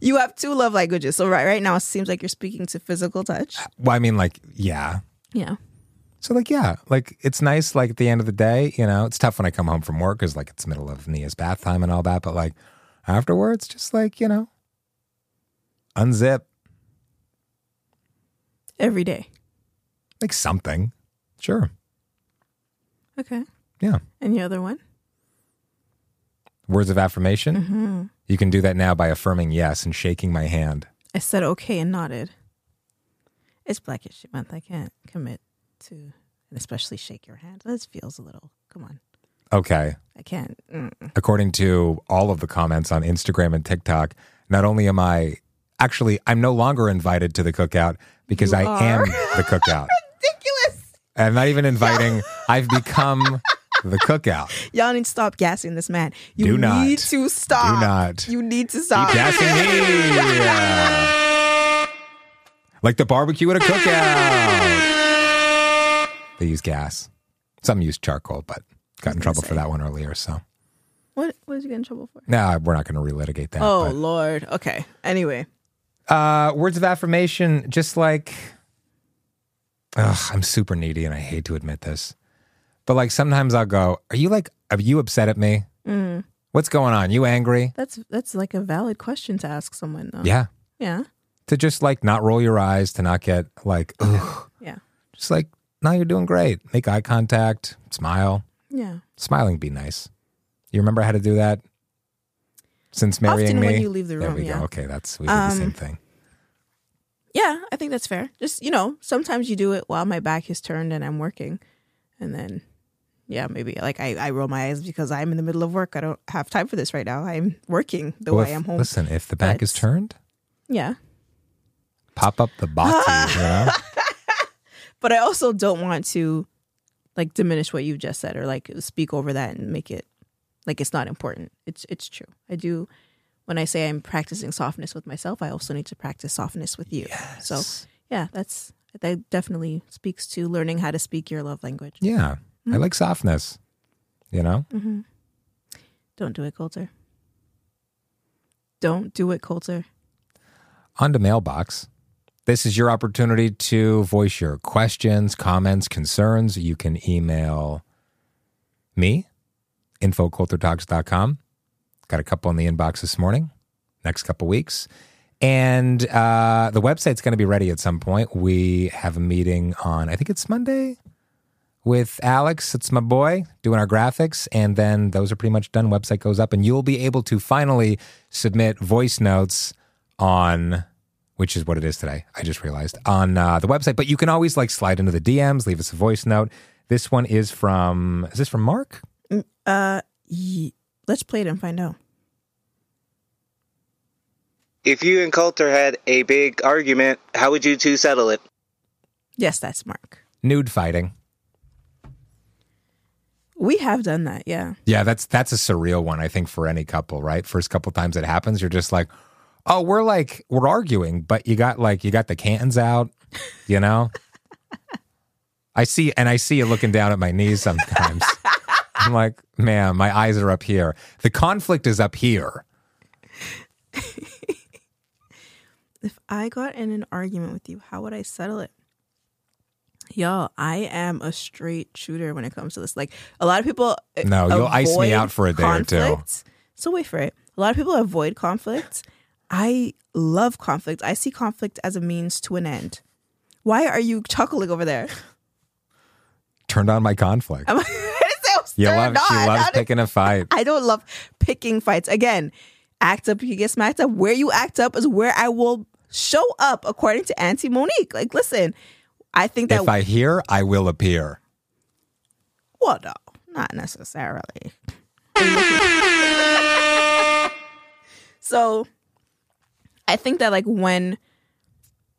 Speaker 2: You have two love languages. So right, right now it seems like you're speaking to physical touch.
Speaker 3: Well, I mean, like, yeah,
Speaker 2: Yeah.
Speaker 3: So like yeah, like it's nice. Like at the end of the day, you know, it's tough when I come home from work because like it's middle of Nia's bath time and all that. But like afterwards, just like you know, unzip
Speaker 2: Every day.
Speaker 3: like something. Sure,
Speaker 2: Okay.
Speaker 3: yeah.
Speaker 2: And the other one?
Speaker 3: Words of affirmation.
Speaker 2: Mm-hmm.
Speaker 3: You can do that now by affirming yes and shaking my hand.
Speaker 2: I said okay and nodded. It's Black History Month. I can't commit to, and especially shake your hand. This feels a little. Come on,
Speaker 3: Okay.
Speaker 2: I can't. Mm.
Speaker 3: According to all of the comments on Instagram and TikTok, not only am I actually I'm no longer invited to the cookout because I am the cookout.
Speaker 2: Ridiculous!
Speaker 3: I'm not even inviting. I've become the cookout.
Speaker 2: Y'all need to stop gassing this man. You
Speaker 3: Do not.
Speaker 2: need to stop.
Speaker 3: Do not.
Speaker 2: You need to stop.
Speaker 3: Keep gassing me. like the barbecue at a cookout. They use gas. Some use charcoal, but got in trouble for that one earlier. So
Speaker 2: What? What did you get in trouble for?
Speaker 3: no, we're not going to relitigate that.
Speaker 2: Oh Lord. Okay. Anyway,
Speaker 3: But, uh, words of affirmation, just like, ugh, I'm super needy, and I hate to admit this, but like sometimes I'll go, "Are you like, are you upset at me?
Speaker 2: Mm.
Speaker 3: What's going on? You angry?
Speaker 2: that's that's like a valid question to ask someone. Though.
Speaker 3: Yeah."
Speaker 2: Yeah.
Speaker 3: to just like not roll your eyes, to not get like, ugh,
Speaker 2: Yeah.
Speaker 3: just like, no, you're doing great. Make eye contact, smile.
Speaker 2: Yeah.
Speaker 3: Smiling be nice. You remember how to do that since marrying
Speaker 2: Often
Speaker 3: me?
Speaker 2: when you leave the
Speaker 3: there
Speaker 2: room,
Speaker 3: we
Speaker 2: yeah. Um,
Speaker 3: go. Okay, that's we did the same thing.
Speaker 2: Yeah, I think that's fair. Just, you know, sometimes you do it while my back is turned and I'm working. And then, yeah, maybe like I, I roll my eyes because I'm in the middle of work. I don't have time for this right now. I'm working the
Speaker 3: Well,
Speaker 2: way
Speaker 3: if-
Speaker 2: I'm oh, home.
Speaker 3: Listen, if the back is
Speaker 2: But-
Speaker 3: turned,
Speaker 2: Yeah.
Speaker 3: pop up the bati. you know?
Speaker 2: But I also don't want to like diminish what you just said or like speak over that and make it like it's not important. It's it's true. I do when I say I'm practicing softness with myself, I also need to practice softness with you. So yeah, that's that definitely speaks to learning how to speak your love language.
Speaker 3: Yeah, I like softness. You know,
Speaker 2: Don't do it, Coulter. Don't do it, Coulter.
Speaker 3: on to mailbox. This is your opportunity to voice your questions, comments, concerns. You can email me, infoculturetalks.com. Got a couple in the inbox this morning, next couple weeks. And uh, the website's going to be ready at some point. We have a meeting on, I think it's Monday, with Alex. It's my boy doing our graphics. And then those are pretty much done. Website goes up, and you'll be able to finally submit voice notes on, which is what it is today. I just realized on uh, the website. But you can always like slide into the DMs, leave us a voice note. This one is from, is this from Mark?
Speaker 2: Ye- Let's play it and find out.
Speaker 4: If you and Coulter had a big argument, how would you two settle it?
Speaker 2: Yes, that's Mark.
Speaker 3: Nude fighting.
Speaker 2: We have done that, yeah.
Speaker 3: Yeah, that's that's a surreal one, I think, for any couple, right? First couple times it happens, you're just like, Oh, we're like we're arguing, but you got like you got the cans out, you know? I see and I see you looking down at my knees sometimes. I'm like, man, my eyes are up here. The conflict is up here.
Speaker 2: If I got in an argument with you, how would I settle it? Yo, I am a straight shooter when it comes to this. Like a lot of people uh,
Speaker 3: No, you'll ice me
Speaker 2: avoid
Speaker 3: out for a day or two.
Speaker 2: conflict. So wait for it. A lot of people avoid conflict. I love conflict. I see conflict as a means to an end. Why are you chuckling over there?
Speaker 3: Turned on my conflict.
Speaker 2: I'm, I didn't say I was
Speaker 3: You love
Speaker 2: turned
Speaker 3: she
Speaker 2: on.
Speaker 3: loves
Speaker 2: I didn't-
Speaker 3: picking a fight.
Speaker 2: I don't love picking fights. Again, act up, you get smacked up. Where you act up is where I will show up, according to Auntie Monique. Like, listen, I think that
Speaker 3: If I hear, I will appear.
Speaker 2: well, no, not necessarily. so, I think that like when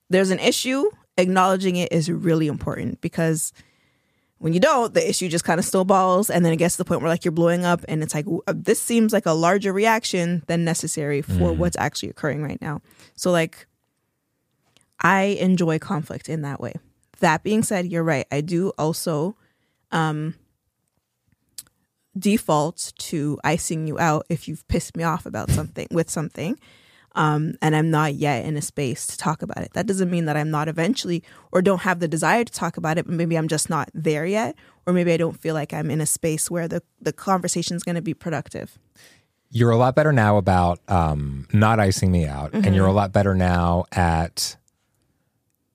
Speaker 2: there's an issue, acknowledging it is really important because when you don't, the issue just kind of snowballs, and then it gets to the point where like you're blowing up, and it's like w- uh, this seems like a larger reaction than necessary for what's actually occurring right now. So like, I enjoy conflict in that way. That being said, you're right. I do also default to icing you out if you've pissed me off about something with something um, and i'm not yet in a space to talk about it that doesn't mean that i'm not eventually or don't have the desire to talk about it but maybe i'm just not there yet or maybe i don't feel like i'm in a space where the, the conversation is going to be productive
Speaker 3: you're a lot better now about um, not icing me out,
Speaker 2: Mm-hmm.
Speaker 3: and you're a lot better now at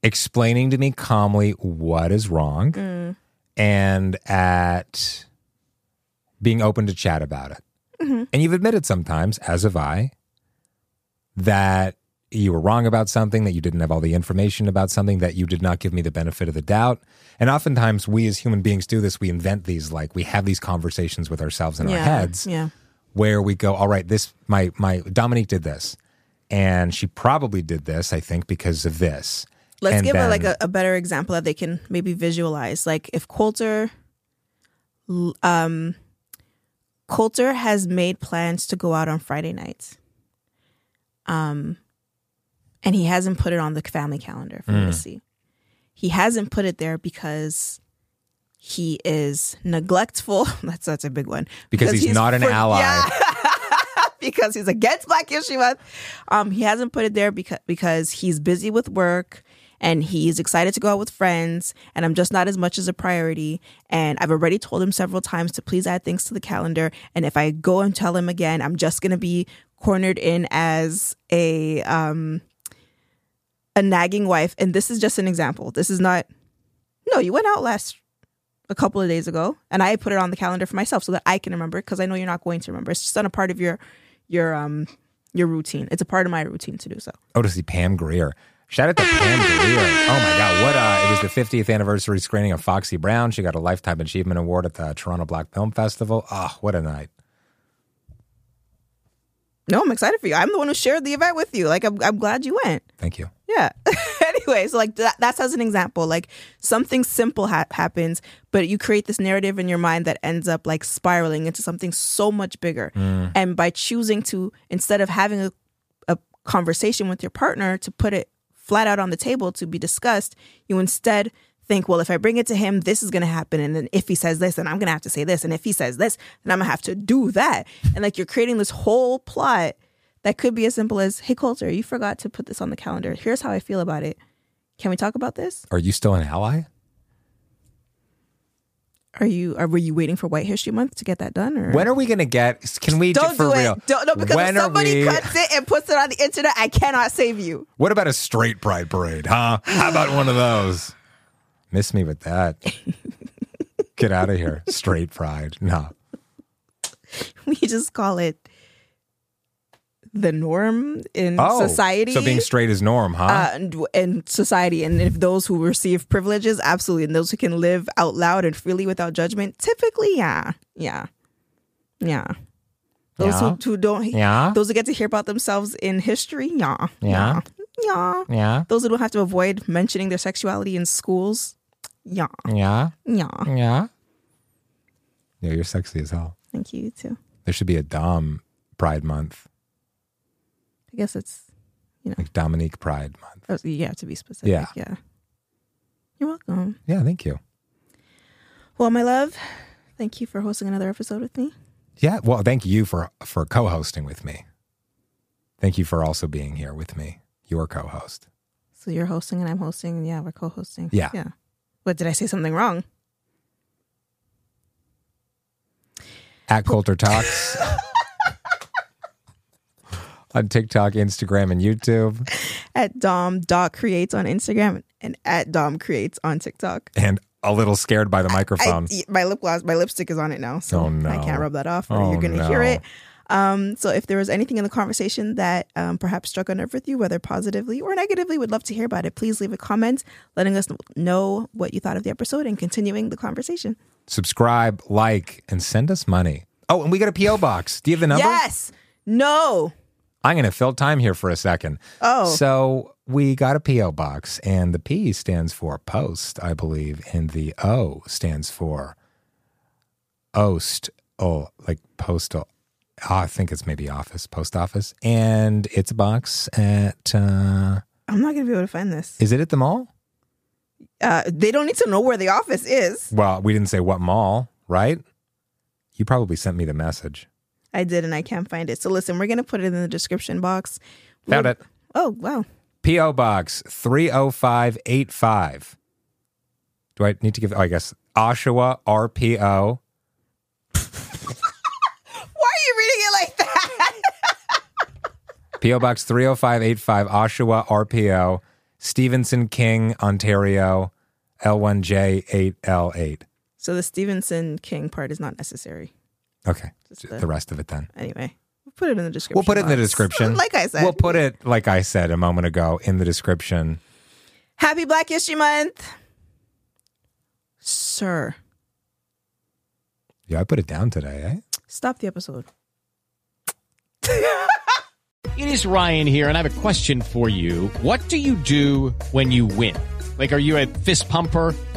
Speaker 3: explaining to me calmly what is wrong
Speaker 2: Mm.
Speaker 3: and at being open to chat about it.
Speaker 2: Mm-hmm.
Speaker 3: And you've admitted sometimes, as have I, that you were wrong about something, that you didn't have all the information about something, that you did not give me the benefit of the doubt. And oftentimes, we as human beings do this. We invent these, like, we have these conversations with ourselves in our heads
Speaker 2: yeah
Speaker 3: where we go, all right, this my my Dominique did this, and she probably did this, I think, because of this.
Speaker 2: let's
Speaker 3: And
Speaker 2: give a,
Speaker 3: then-
Speaker 2: like a, a better example that they can maybe visualize like if coulter l- um coulter has made plans to go out on friday nights um and he hasn't put it on the family calendar for me
Speaker 3: Mm.
Speaker 2: to see he hasn't put it there because he is neglectful that's that's a big one
Speaker 3: because he's, not an
Speaker 2: for-
Speaker 3: ally.
Speaker 2: yeah because he's against Black History Month. Um, he hasn't put it there because because he's busy with work and he's excited to go out with friends. And I'm just not as much as a priority. And I've already told him several times to please add things to the calendar. And if I go and tell him again, I'm just gonna be cornered in as a um a nagging wife. And this is just an example. This is not. No, you went out last a couple of days ago and I put it on the calendar for myself so that I can remember because I know you're not going to remember. It's just not a part of your your um your routine. It's a part of my routine to do so.
Speaker 3: Oh, to see Pam Greer. Shout out to Pam Greer. Oh my God, what uh it was the 50th anniversary screening of Foxy Brown. She got a Lifetime Achievement Award at the Toronto Black Film Festival. Oh, what a night.
Speaker 2: No, I'm excited for you. I'm the one who shared the event with you. Like I'm I'm glad you went.
Speaker 3: Thank you.
Speaker 2: Yeah. anyway, so like that, that's as an example. Like something simple ha- happens, but you create this narrative in your mind that ends up like spiraling into something so much bigger. And by choosing to, instead of having a, a conversation with your partner to put it flat out on the table to be discussed, you instead think, well, if I bring it to him, this is going to happen. And then if he says this, then I'm going to have to say this. And if he says this, then I'm going to have to do that. And like you're creating this whole plot that could be as simple as hey coulter you forgot to put this on the calendar here's how i feel about it Can we talk about this?
Speaker 3: Are you still an ally?
Speaker 2: Are you? Are, were you waiting for White History Month to get that done? Or
Speaker 3: When are we going to get? Can we
Speaker 2: don't do
Speaker 3: for real?
Speaker 2: it. Don't, no, because
Speaker 3: when
Speaker 2: if
Speaker 3: are
Speaker 2: somebody
Speaker 3: we-
Speaker 2: cuts it and puts it on the internet, I cannot save you.
Speaker 3: What about a straight pride parade, huh? How about one of those? Miss me with that. Get out of here. Straight pride. No.
Speaker 2: We just call it the norm in
Speaker 3: Oh,
Speaker 2: society.
Speaker 3: So being straight is norm, huh?
Speaker 2: uh, and, and society, and if those who receive privileges, absolutely, and those who can live out loud and freely without judgment, typically, yeah, yeah, yeah. Those
Speaker 3: Yeah.
Speaker 2: Who, who don't,
Speaker 3: Yeah.
Speaker 2: those who get to hear about themselves in history, yeah,
Speaker 3: Yeah.
Speaker 2: yeah, yeah.
Speaker 3: yeah.
Speaker 2: Those who don't have to avoid mentioning their sexuality in schools, yeah,
Speaker 3: Yeah.
Speaker 2: yeah.
Speaker 3: Yeah. Yeah, you're sexy as hell.
Speaker 2: Thank you too.
Speaker 3: There should be a Dom Pride Month,
Speaker 2: I guess it's
Speaker 3: like Dominique Pride Month.
Speaker 2: oh, you have to be specific.
Speaker 3: Yeah.
Speaker 2: yeah. You're welcome.
Speaker 3: Yeah, thank you.
Speaker 2: Well, my love, thank you for hosting another episode with me.
Speaker 3: Yeah, well, thank you for for co-hosting with me. Thank you for also being here with me, your co-host.
Speaker 2: So you're hosting and I'm hosting, and yeah, we're co-hosting.
Speaker 3: Yeah.
Speaker 2: yeah. But did I say something wrong?
Speaker 3: at Coulter Talks on TikTok, Instagram, and YouTube,
Speaker 2: At Dom dot creates on Instagram and at Dom creates on TikTok.
Speaker 3: and a little scared by the
Speaker 2: I,
Speaker 3: microphone.
Speaker 2: my lip gloss, my lipstick is on it now, so
Speaker 3: Oh, no.
Speaker 2: I can't rub that off. Or
Speaker 3: Oh,
Speaker 2: you're gonna hear
Speaker 3: no.
Speaker 2: it. Um, so if there was anything in the conversation that um, perhaps struck a nerve with you, whether positively or negatively, would love to hear about it. Please leave a comment letting us know what you thought of the episode and continuing the conversation.
Speaker 3: Subscribe, like, and send us money. Oh, and we got a PO box. Do you have the number?
Speaker 2: Yes. No.
Speaker 3: I'm going to fill time here for a second.
Speaker 2: Oh.
Speaker 3: So we got a PO box, and the P stands for post, I believe, and the O stands for ost, oh, like postal. I think it's maybe office, post office, and it's a box at. Uh,
Speaker 2: I'm not gonna be able to find this.
Speaker 3: Is it at the mall?
Speaker 2: Uh, they don't need to know where the office is.
Speaker 3: Well, we didn't say what mall, right? You probably sent me the message.
Speaker 2: I did, and I can't find it. So listen, we're gonna put it in the description box.
Speaker 3: Found
Speaker 2: We'll-
Speaker 3: it.
Speaker 2: Oh wow.
Speaker 3: P.O. Box 30585. Do I need to give? Oh, I guess Oshawa RPO.
Speaker 2: Why are you reading it like that?
Speaker 3: P.O. Box 30585, Oshawa RPO, Stevenson King, Ontario, L1J8L8.
Speaker 2: So the Stevenson King part is not necessary.
Speaker 3: Okay.
Speaker 2: Just
Speaker 3: The
Speaker 2: the-
Speaker 3: rest of it then.
Speaker 2: Anyway, we'll put it in the description.
Speaker 3: We'll put it in the
Speaker 2: box.
Speaker 3: description.
Speaker 2: Like I said,
Speaker 3: We'll put it, like I said a moment ago, in the description.
Speaker 2: Happy Black History Month, sir.
Speaker 3: Yeah, I put it down today, eh?
Speaker 2: Stop the episode.
Speaker 5: It is Ryan here, and I have a question for you. What do you do when you win? Like, are you a fist pumper?